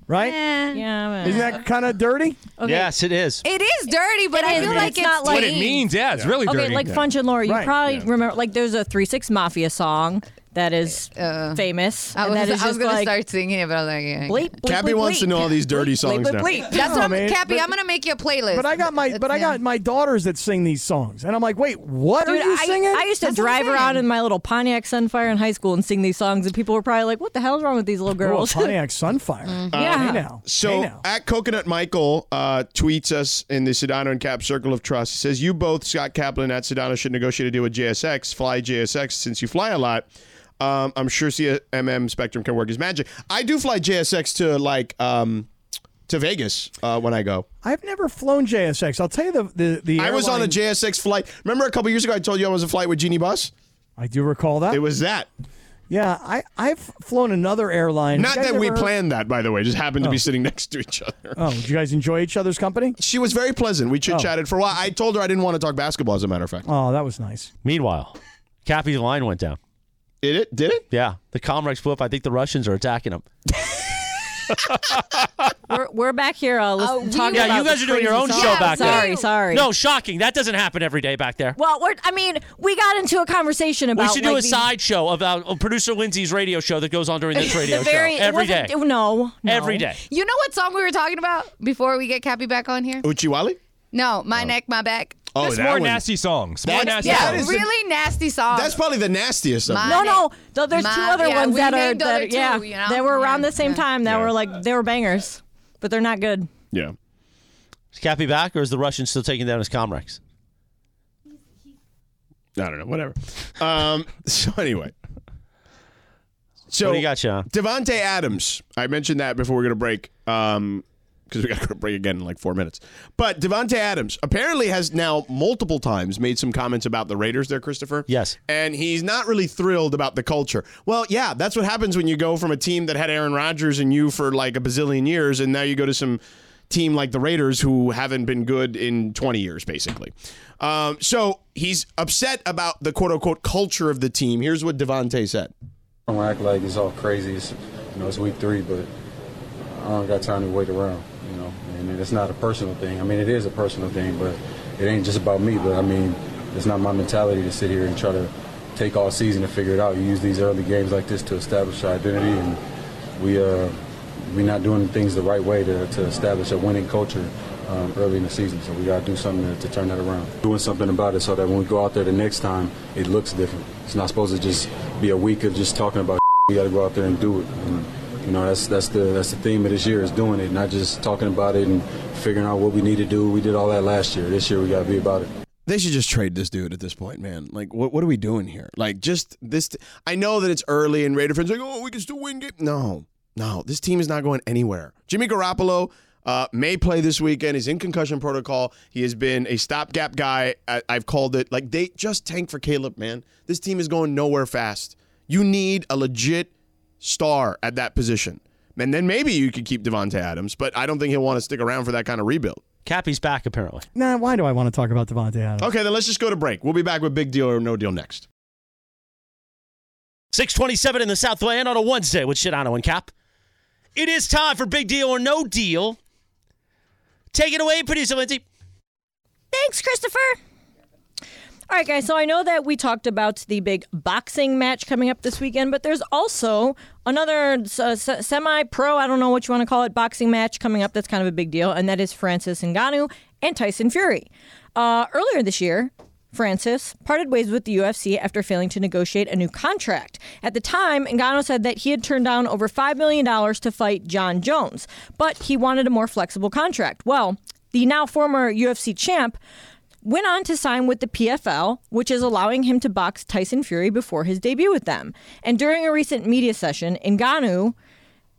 [SPEAKER 3] Right?
[SPEAKER 5] yeah, man.
[SPEAKER 3] Isn't that kind of dirty?
[SPEAKER 2] Yes, it is.
[SPEAKER 6] It is dirty, but
[SPEAKER 5] It
[SPEAKER 6] I
[SPEAKER 5] is,
[SPEAKER 6] feel
[SPEAKER 5] but
[SPEAKER 6] like
[SPEAKER 5] it's not like-
[SPEAKER 6] clean.
[SPEAKER 8] yeah, it's really
[SPEAKER 5] okay, like Funch and Laura, you
[SPEAKER 3] Right.
[SPEAKER 5] probably remember like there's a Three Six Mafia song that is famous.
[SPEAKER 6] I
[SPEAKER 5] and
[SPEAKER 6] was,
[SPEAKER 5] that is
[SPEAKER 6] I was
[SPEAKER 5] just
[SPEAKER 6] gonna
[SPEAKER 5] like,
[SPEAKER 6] start singing it, but I was like, yeah.
[SPEAKER 5] bleep, bleep,
[SPEAKER 4] Cappy
[SPEAKER 5] bleep,
[SPEAKER 4] wants to
[SPEAKER 5] bleep.
[SPEAKER 4] know all these dirty
[SPEAKER 5] Bleep,
[SPEAKER 4] songs
[SPEAKER 5] bleep,
[SPEAKER 4] now.
[SPEAKER 5] bleep.
[SPEAKER 6] That's what I'm,
[SPEAKER 3] man,
[SPEAKER 6] Cappy.
[SPEAKER 3] but-
[SPEAKER 6] I'm gonna make you a playlist.
[SPEAKER 3] But I got my
[SPEAKER 6] That's-
[SPEAKER 3] but I got
[SPEAKER 6] yeah.
[SPEAKER 3] my daughters that sing these songs, and I'm like, wait, what
[SPEAKER 5] Dude,
[SPEAKER 3] are you
[SPEAKER 5] I,
[SPEAKER 3] singing?
[SPEAKER 5] I used to
[SPEAKER 6] That's what I'm
[SPEAKER 5] drive around
[SPEAKER 6] saying.
[SPEAKER 5] in my little Pontiac Sunfire in high school and sing these songs, and people were probably like, "What the hell's wrong with these little
[SPEAKER 3] Oh,
[SPEAKER 5] girls?" Mm-hmm.
[SPEAKER 3] Pontiac Sunfire.
[SPEAKER 5] Yeah.
[SPEAKER 3] Hey now. hey
[SPEAKER 4] So
[SPEAKER 3] now.
[SPEAKER 4] at Coconut Michael uh, tweets us in the Sedano and Cap Circle of Trust. He says, You both, Scott Kaplan at Sedano, should negotiate a deal with JSX, fly JSX, since you fly a lot. Um, I'm sure CMM Spectrum can work his magic. I do fly JSX to like um, to Vegas uh, when I go.
[SPEAKER 3] I've never flown JSX. I'll tell you the the, the
[SPEAKER 4] I was on a
[SPEAKER 3] airline-
[SPEAKER 4] JSX flight. Remember a couple years ago, I told you I was a flight with Genie Bus.
[SPEAKER 3] I do recall that.
[SPEAKER 4] It was that.
[SPEAKER 3] yeah, I I've flown another airline.
[SPEAKER 4] Not
[SPEAKER 3] You guys
[SPEAKER 4] that we
[SPEAKER 3] ever-
[SPEAKER 4] planned that, by the way. Just happened to be sitting next to each other. Oh.
[SPEAKER 3] Oh, did you guys enjoy each other's company?
[SPEAKER 4] Oh. She was very pleasant. We chit chatted for a while. I told her I didn't want to talk basketball. As a matter of fact,
[SPEAKER 3] Oh, that was nice.
[SPEAKER 2] Meanwhile, Cappy's line went down.
[SPEAKER 4] did it? Did it?
[SPEAKER 2] Yeah, the Comrex blew up. I think the Russians are attacking them.
[SPEAKER 5] we're, we're back here uh,
[SPEAKER 6] Uh,
[SPEAKER 5] listen,
[SPEAKER 6] we
[SPEAKER 5] talking
[SPEAKER 6] were-
[SPEAKER 5] about
[SPEAKER 2] Yeah, you
[SPEAKER 5] the
[SPEAKER 2] guys are doing your
[SPEAKER 5] crazy
[SPEAKER 2] own
[SPEAKER 5] songs.
[SPEAKER 2] show back there.
[SPEAKER 5] Sorry, sorry.
[SPEAKER 2] No, shocking. That doesn't happen every day back there.
[SPEAKER 5] Well, we're, I mean, we got into a conversation about
[SPEAKER 2] we should do
[SPEAKER 5] like,
[SPEAKER 2] a
[SPEAKER 5] these-
[SPEAKER 2] sideshow about uh, producer Lindsay's radio show that goes on during this radio
[SPEAKER 5] the very
[SPEAKER 2] show every
[SPEAKER 5] it
[SPEAKER 2] day.
[SPEAKER 5] wasn't- No, no.
[SPEAKER 2] Every day.
[SPEAKER 6] You know what song we were talking about before we get Cappy back on here?
[SPEAKER 4] Uchiwali?
[SPEAKER 6] No, my neck, my back.
[SPEAKER 4] Oh,
[SPEAKER 9] Just
[SPEAKER 4] that
[SPEAKER 9] more
[SPEAKER 4] one.
[SPEAKER 9] nasty songs. More
[SPEAKER 4] That-
[SPEAKER 9] nasty
[SPEAKER 4] yeah,
[SPEAKER 9] songs.
[SPEAKER 4] that is the-
[SPEAKER 6] really nasty song.
[SPEAKER 4] That's probably the nastiest of
[SPEAKER 6] My-
[SPEAKER 4] them.
[SPEAKER 5] No, no. Though there's two
[SPEAKER 6] My-
[SPEAKER 5] other
[SPEAKER 6] yeah,
[SPEAKER 5] ones
[SPEAKER 6] we
[SPEAKER 5] that are
[SPEAKER 6] named
[SPEAKER 5] that
[SPEAKER 6] other
[SPEAKER 5] are-
[SPEAKER 6] two,
[SPEAKER 5] yeah,
[SPEAKER 6] you know?
[SPEAKER 5] they were around
[SPEAKER 6] Yeah,
[SPEAKER 5] the same
[SPEAKER 6] yeah.
[SPEAKER 5] time. That were like they were bangers, but they're not good.
[SPEAKER 4] Yeah.
[SPEAKER 2] Is Cappy back, or is the Russians still taking down his Comrex?
[SPEAKER 4] I don't know. Whatever. Um, so anyway. So
[SPEAKER 2] What do you got, Sean?
[SPEAKER 4] Devonte Adams. I mentioned that before we are going to break. Um, because we got to break again in like four minutes. But Devonte Adams apparently has now multiple times made some comments about the Raiders. There, Christopher.
[SPEAKER 2] Yes.
[SPEAKER 4] And he's not really thrilled about the culture. Well, yeah, that's what happens when you go from a team that had Aaron Rodgers and you for like a bazillion years, and now you go to some team like the Raiders who haven't been good in 20 years, basically. Um, so he's upset about the quote unquote culture of the team. Here's what Devonte said.
[SPEAKER 7] Don't act like it's all crazy. It's, you know, it's week three, but I don't got time to wait around. You know, and it's not a personal thing. I mean, it is a personal thing, but it ain't just about me. But I mean, it's not my mentality to sit here and try to take all season to figure it out. You use these early games like this to establish our identity, and we uh, we not doing things the right way to, to establish a winning culture um, early in the season. So we got to do something to, to turn that around. Doing something about it so that when we go out there the next time, it looks different. It's not supposed to just be a week of just talking about. We got to go out there and do it. And, you know, that's that's the that's the theme of this year is doing it, not just talking about it and figuring out what we need to do. We did all that last year. This year we got to be about it.
[SPEAKER 4] They should just trade this dude at this point, man. Like, what what are we doing here? Like, just this. I know that it's early, and Raider fans are like, oh, we can still win game. No, no, this team is not going anywhere. Jimmy Garoppolo uh, may play this weekend. He's in concussion protocol. He has been a stopgap guy. I, I've called it. Like, they just tank for Caleb, man. This team is going nowhere fast. You need a legit star at that position, and then maybe you could keep Devonte Adams. But I don't think he'll want to stick around for that kind of rebuild.
[SPEAKER 2] Cappy's back apparently.
[SPEAKER 3] Nah, why do I want to talk about Devontae Adams?
[SPEAKER 4] Okay, then let's just go to break. We'll be back with Big Deal or No Deal next.
[SPEAKER 2] 627 in the Southland on a Wednesday with Shidano and Cap. It is time for Big Deal or No Deal. Take it away, producer Lindsay.
[SPEAKER 5] Thanks, Christopher. All right, guys. So I know that we talked about the big boxing match coming up this weekend, but there's also another uh, semi-pro, I don't know what you want to call it, boxing match coming up that's kind of a big deal, and that is Francis Ngannou and Tyson Fury. Uh, earlier this year, Francis parted ways with the UFC after failing to negotiate a new contract. At the time, Ngannou said that he had turned down over $5 million to fight John Jones, but he wanted a more flexible contract. Well, the now former UFC champ went on to sign with the PFL, which is allowing him to box Tyson Fury before his debut with them. And during a recent media session, Ngannou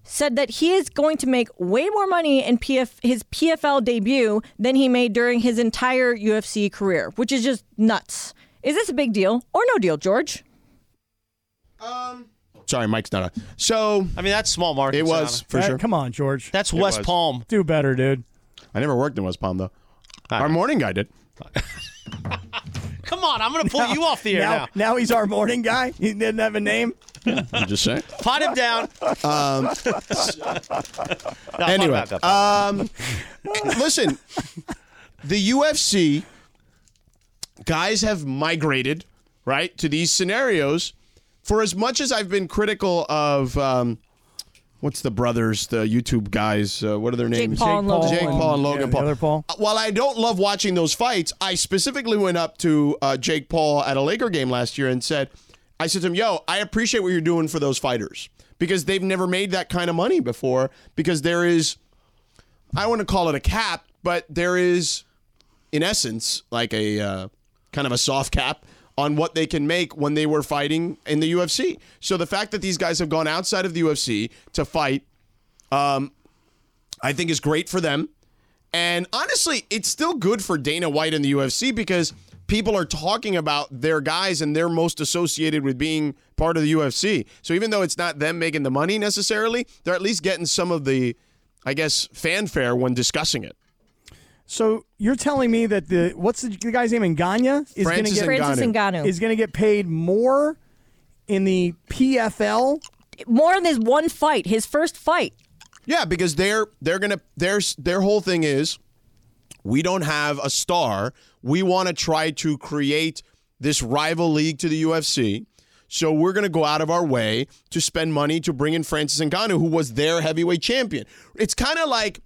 [SPEAKER 5] said that he is going to make way more money in PF, his PFL debut than he made during his entire UFC career, which is just nuts. Is this a big deal or no deal, George?
[SPEAKER 4] Sorry, Mike's not on. So
[SPEAKER 2] I mean, that's small market.
[SPEAKER 4] it was
[SPEAKER 2] Shidano.
[SPEAKER 4] for
[SPEAKER 3] That-
[SPEAKER 4] sure.
[SPEAKER 3] Come on, George.
[SPEAKER 2] That's West
[SPEAKER 4] was.
[SPEAKER 2] Palm.
[SPEAKER 3] Do better, dude.
[SPEAKER 4] I never worked in West Palm though. Our
[SPEAKER 2] right.
[SPEAKER 4] morning guy did.
[SPEAKER 2] Come on, I'm going to pull you off the air
[SPEAKER 3] Now,
[SPEAKER 2] now.
[SPEAKER 3] now. he's our morning guy. He didn't have a name.
[SPEAKER 4] I'm just saying.
[SPEAKER 2] Pot him down. No, pot him
[SPEAKER 4] anyway,
[SPEAKER 2] back up.
[SPEAKER 4] um, listen, the UFC guys have migrated right to these scenarios for as much as I've been critical of. Um, What's the brothers, the YouTube guys? Uh, what are their names?
[SPEAKER 5] Paul and Logan
[SPEAKER 4] Jake
[SPEAKER 5] Paul.
[SPEAKER 4] Paul and Logan
[SPEAKER 3] Yeah, the
[SPEAKER 4] Paul.
[SPEAKER 3] other Paul.
[SPEAKER 4] Uh, While I don't love watching those fights, I specifically went up to uh, Jake Paul at a Laker game last year and said, I said to him, yo, I appreciate what you're doing for those fighters because they've never made that kind of money before because there is, I don't want to call it a cap, but there is, in essence, like a uh, kind of a soft cap on what they can make when they were fighting in the UFC. So the fact that these guys have gone outside of the UFC to fight um, I think is great for them. And honestly, it's still good for Dana White and the UFC because people are talking about their guys and they're most associated with being part of the UFC. So even though it's not them making the money necessarily, they're at least getting some of the, I guess, fanfare when discussing it.
[SPEAKER 3] So you're telling me that the what's the, the guy's name in Ganya is going to
[SPEAKER 4] Francis
[SPEAKER 3] get
[SPEAKER 5] Francis
[SPEAKER 4] Ngannou.
[SPEAKER 5] Ngannou.
[SPEAKER 3] is going to get paid more in the PFL?
[SPEAKER 5] More than one fight, his first fight.
[SPEAKER 4] Yeah, because they're they're gonna their their whole thing is we don't have a star. We want to try to create this rival league to the UFC. So we're going to go out of our way to spend money to bring in Francis Ngannou, who was their heavyweight champion. It's kind of like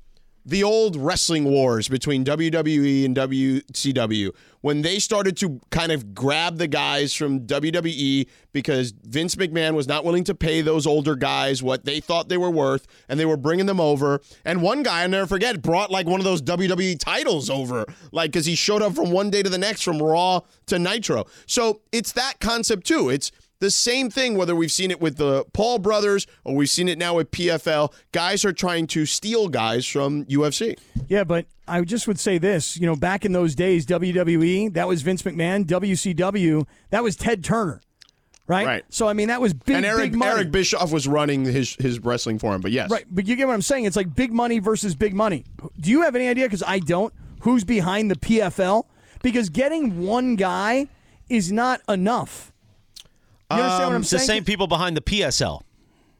[SPEAKER 4] the old wrestling wars between WWE and WCW when they started to kind of grab the guys from WWE because Vince McMahon was not willing to pay those older guys what they thought they were worth and they were bringing them over and one guy I'll never forget brought like one of those WWE titles over like cuz he showed up from one day to the next from Raw to Nitro so it's that concept too it's the same thing, whether we've seen it with the Paul brothers or we've seen it now with PFL, guys are trying to steal guys from UFC.
[SPEAKER 3] Yeah, but I just would say this. You know, back in those days, WWE that was Vince McMahon. WCW that was Ted Turner, right?
[SPEAKER 4] Right.
[SPEAKER 3] So I mean, that was big,
[SPEAKER 4] and Eric
[SPEAKER 3] big money.
[SPEAKER 4] Eric Bischoff was running his his wrestling forum, but yes,
[SPEAKER 3] Right, but you get what I'm saying. It's like big money versus big money. Do you have any idea? Because I don't. Who's behind the PFL? Because getting one guy is not enough. You understand what I'm
[SPEAKER 2] It's the
[SPEAKER 3] saying?
[SPEAKER 2] same people behind the PSL.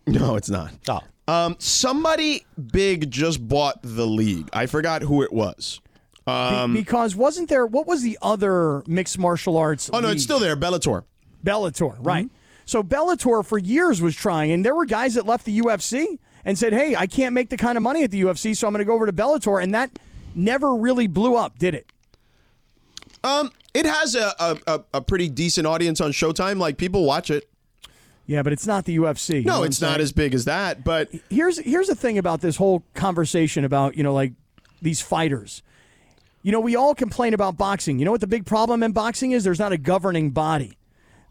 [SPEAKER 4] No, it's not.
[SPEAKER 2] Oh.
[SPEAKER 4] Um, somebody big just bought the league. I forgot who it was.
[SPEAKER 3] Be-
[SPEAKER 4] Um,
[SPEAKER 3] because wasn't there? What was the other mixed martial arts?
[SPEAKER 4] Oh no, it's still Mm-hmm. there. Bellator.
[SPEAKER 3] Bellator, right? So Bellator for years was trying, and there were guys that left the UFC and said, "Hey, I can't make the kind of money at the UFC, so I'm going to go over to Bellator," and that never really blew up, did it?
[SPEAKER 4] Um, It has a, a, a, a pretty decent audience on Showtime. Like people watch it.
[SPEAKER 3] Yeah, but it's not the UFC. you know
[SPEAKER 4] No,
[SPEAKER 3] what
[SPEAKER 4] it's
[SPEAKER 3] I'm saying?
[SPEAKER 4] not as big as that, but
[SPEAKER 3] here's here's the thing about this whole conversation about you know like these fighters you know we all complain about boxing you know what the big problem in boxing is there's not a governing body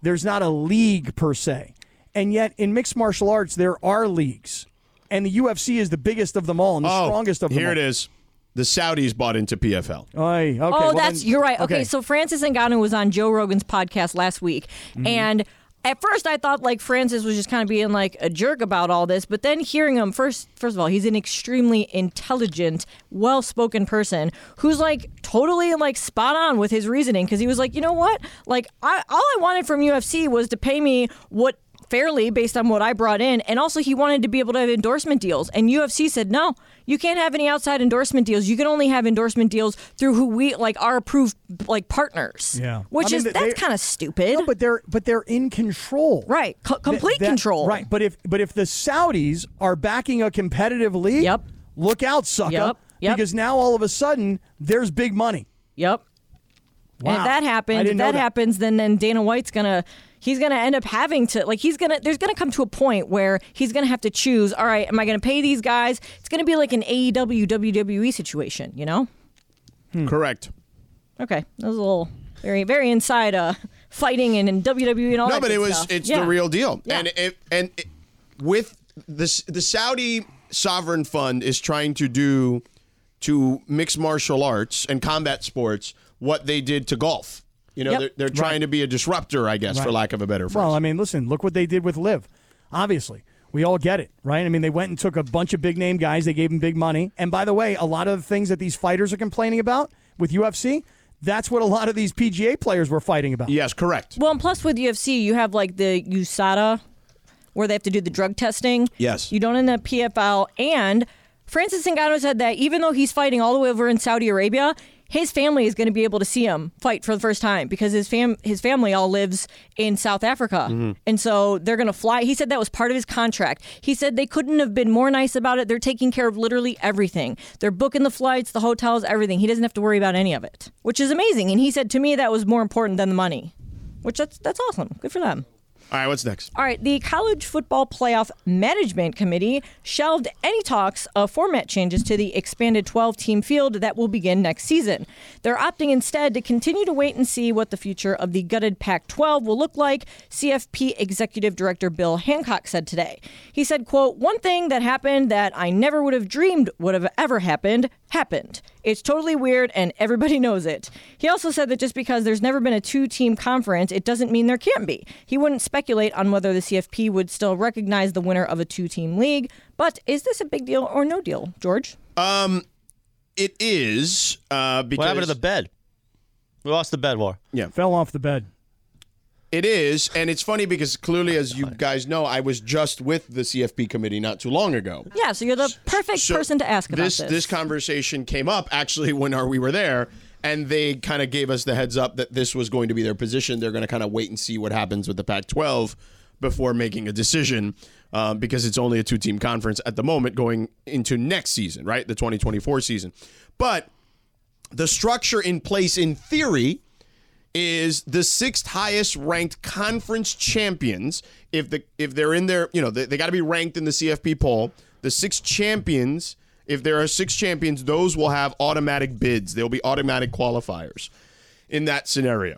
[SPEAKER 3] there's not a league per se and yet in mixed martial arts there are leagues and the UFC is the biggest of them all and the
[SPEAKER 4] oh,
[SPEAKER 3] strongest of them
[SPEAKER 4] Here it is. The Saudis bought into PFL.
[SPEAKER 3] Aye, okay,
[SPEAKER 5] oh,
[SPEAKER 3] well
[SPEAKER 5] that's
[SPEAKER 3] then-
[SPEAKER 5] you're right. Okay, so Francis Ngannou was on Joe Rogan's podcast last week,
[SPEAKER 3] Mm-hmm.
[SPEAKER 5] and at first I thought like Francis was just kind of being like a jerk about all this, but then hearing him first, first of all, he's an extremely intelligent, well-spoken person who's like totally like spot on with his reasoning because he was like, you know what, like I all I wanted from UFC was to pay me what fairly based on what I brought in. And also, he wanted to be able to have endorsement deals. And UFC said, no, you can't have any outside endorsement deals. You can only have endorsement deals through who we like our approved like partners.
[SPEAKER 3] Yeah.
[SPEAKER 5] which
[SPEAKER 3] I mean,
[SPEAKER 5] is
[SPEAKER 3] they-
[SPEAKER 5] that's kind of stupid.
[SPEAKER 3] No, but they're but they're in control
[SPEAKER 5] right, Co- complete
[SPEAKER 3] That-
[SPEAKER 5] control.
[SPEAKER 3] Right, but if but if the Saudis are backing a competitive league,
[SPEAKER 5] Yep.
[SPEAKER 3] look out, sucker,
[SPEAKER 5] Yep, yep.
[SPEAKER 3] because now all of a sudden there's big money.
[SPEAKER 5] Yep. And
[SPEAKER 3] Wow.
[SPEAKER 5] if that
[SPEAKER 3] I
[SPEAKER 5] happens,
[SPEAKER 3] didn't
[SPEAKER 5] if
[SPEAKER 3] know
[SPEAKER 5] that,
[SPEAKER 3] that.
[SPEAKER 5] happens, then then Dana White's gonna he's gonna end up having to like he's gonna there's gonna come to a point where he's gonna have to choose. All right, am I gonna pay these guys? It's gonna be like an E AEW WWE situation, you know?
[SPEAKER 3] Hmm.
[SPEAKER 4] Correct.
[SPEAKER 5] Okay, that was a little very very inside uh fighting and, and WWE E and all
[SPEAKER 4] No,
[SPEAKER 5] that.
[SPEAKER 4] but
[SPEAKER 5] good
[SPEAKER 4] it was
[SPEAKER 5] stuff.
[SPEAKER 4] it's
[SPEAKER 5] Yeah.
[SPEAKER 4] the real deal.
[SPEAKER 5] Yeah.
[SPEAKER 4] And it, and it, with this the Saudi sovereign fund is trying to do to mixed martial arts and combat sports what they did to golf. You know,
[SPEAKER 5] Yep. uh,
[SPEAKER 4] they're, they're trying to be a disruptor, I guess, for lack of a better phrase.
[SPEAKER 3] Well, I mean, listen, look what they did with Live. Obviously, we all get it, right? I mean, they went and took a bunch of big name guys. They gave them big money, and by the way, a lot of the things that these fighters are complaining about with UFC, that's what a lot of these PGA players were fighting about.
[SPEAKER 4] yes, correct.
[SPEAKER 5] Well, and plus with UFC, you have like the USADA, where they have to do the drug testing.
[SPEAKER 4] Yes.
[SPEAKER 5] You don't in the PFL. And Francis Ngannou said that even though he's fighting all the way over in Saudi Arabia, his family is going to be able to see him fight for the first time because his fam his family all lives in South Africa, and so they're going to fly. He said that was part of his contract. He said they couldn't have been more nice about it. They're taking care of literally everything. They're booking the flights, the hotels, everything. He doesn't have to worry about any of it, which is amazing. And he said to me that was more important than the money, which that's that's awesome. Good for them.
[SPEAKER 4] All right, what's next?
[SPEAKER 5] All right, the College Football Playoff Management Committee shelved any talks of format changes to the expanded 12 team field that will begin next season. They're opting instead to continue to wait and see what the future of the gutted Pac 12 will look like, CFP Executive Director Bill Hancock said today. He said, quote, One thing that happened that I never would have dreamed would have ever happened happened. It's totally weird and everybody knows it. He also said that just because there's never been a two team conference, it doesn't mean there can't be. He wouldn't speculate on whether the CFP would still recognize the winner of a two team league. But is this a big deal or no deal, George?
[SPEAKER 4] It is uh, because
[SPEAKER 2] What happened to the bed? We lost the bed war.
[SPEAKER 3] Fell off the bed.
[SPEAKER 4] It is, and it's funny because clearly, as you guys know, I was just with the CFP committee not too long ago.
[SPEAKER 5] Yeah, so you're the perfect
[SPEAKER 4] So
[SPEAKER 5] person to ask about this.
[SPEAKER 4] this. conversation came up actually when our, we were there, and they kind of gave us the heads up that this was going to be their position. They're going to kind of wait and see what happens with the Pac-12 before making a decision, um, because it's only a two-team conference at the moment going into next season, right, the 2024 season. But the structure in place, in theory, is the sixth highest ranked conference champions if the if they're in their you know they, they got to be ranked in the CFP poll the six champions if there are six champions those will have automatic bids they'll be automatic qualifiers in that scenario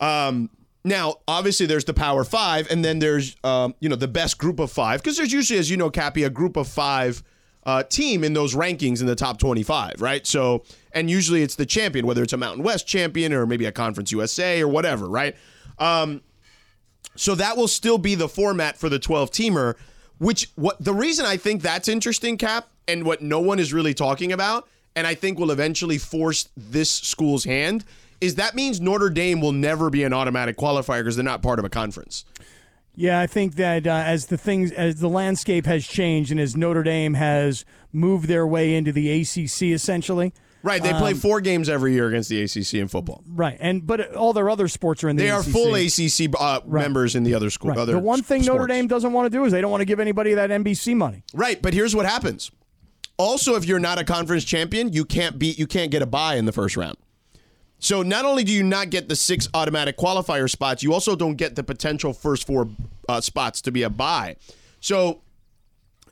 [SPEAKER 4] um now obviously there's the power 5 and then there's um you know the best group of 5 cuz there's usually as you know Cappy a group of 5 uh, team in those rankings in the top 25, right? So, and usually it's the champion, whether it's a Mountain West champion or maybe a Conference USA or whatever, right? Um, so that will still be the format for the 12 teamer, which what the reason I think that's interesting, Cap, and what no one is really talking about, and I think will eventually force this school's hand, is that means Notre Dame will never be an automatic qualifier because they're not part of a conference.
[SPEAKER 3] Yeah, I think that uh, as the things as the landscape has changed and as Notre Dame has moved their way into the ACC essentially.
[SPEAKER 4] Right, they
[SPEAKER 3] Um,
[SPEAKER 4] play four games every year against the ACC in football.
[SPEAKER 3] Right. And but all their other sports are in the
[SPEAKER 4] They are
[SPEAKER 3] ACC.
[SPEAKER 4] full ACC uh, members in the other school.
[SPEAKER 3] Right.
[SPEAKER 4] Other
[SPEAKER 3] The one
[SPEAKER 4] s-
[SPEAKER 3] thing Notre
[SPEAKER 4] sports.
[SPEAKER 3] Dame doesn't want to do is they don't want to give anybody that NBC money.
[SPEAKER 4] Right, but here's what happens. Also, if you're not a conference champion, you can't beat you can't get a bye in the first round. So not only do you not get the six automatic qualifier spots, you also don't get the potential first four uh, spots to be a bye. So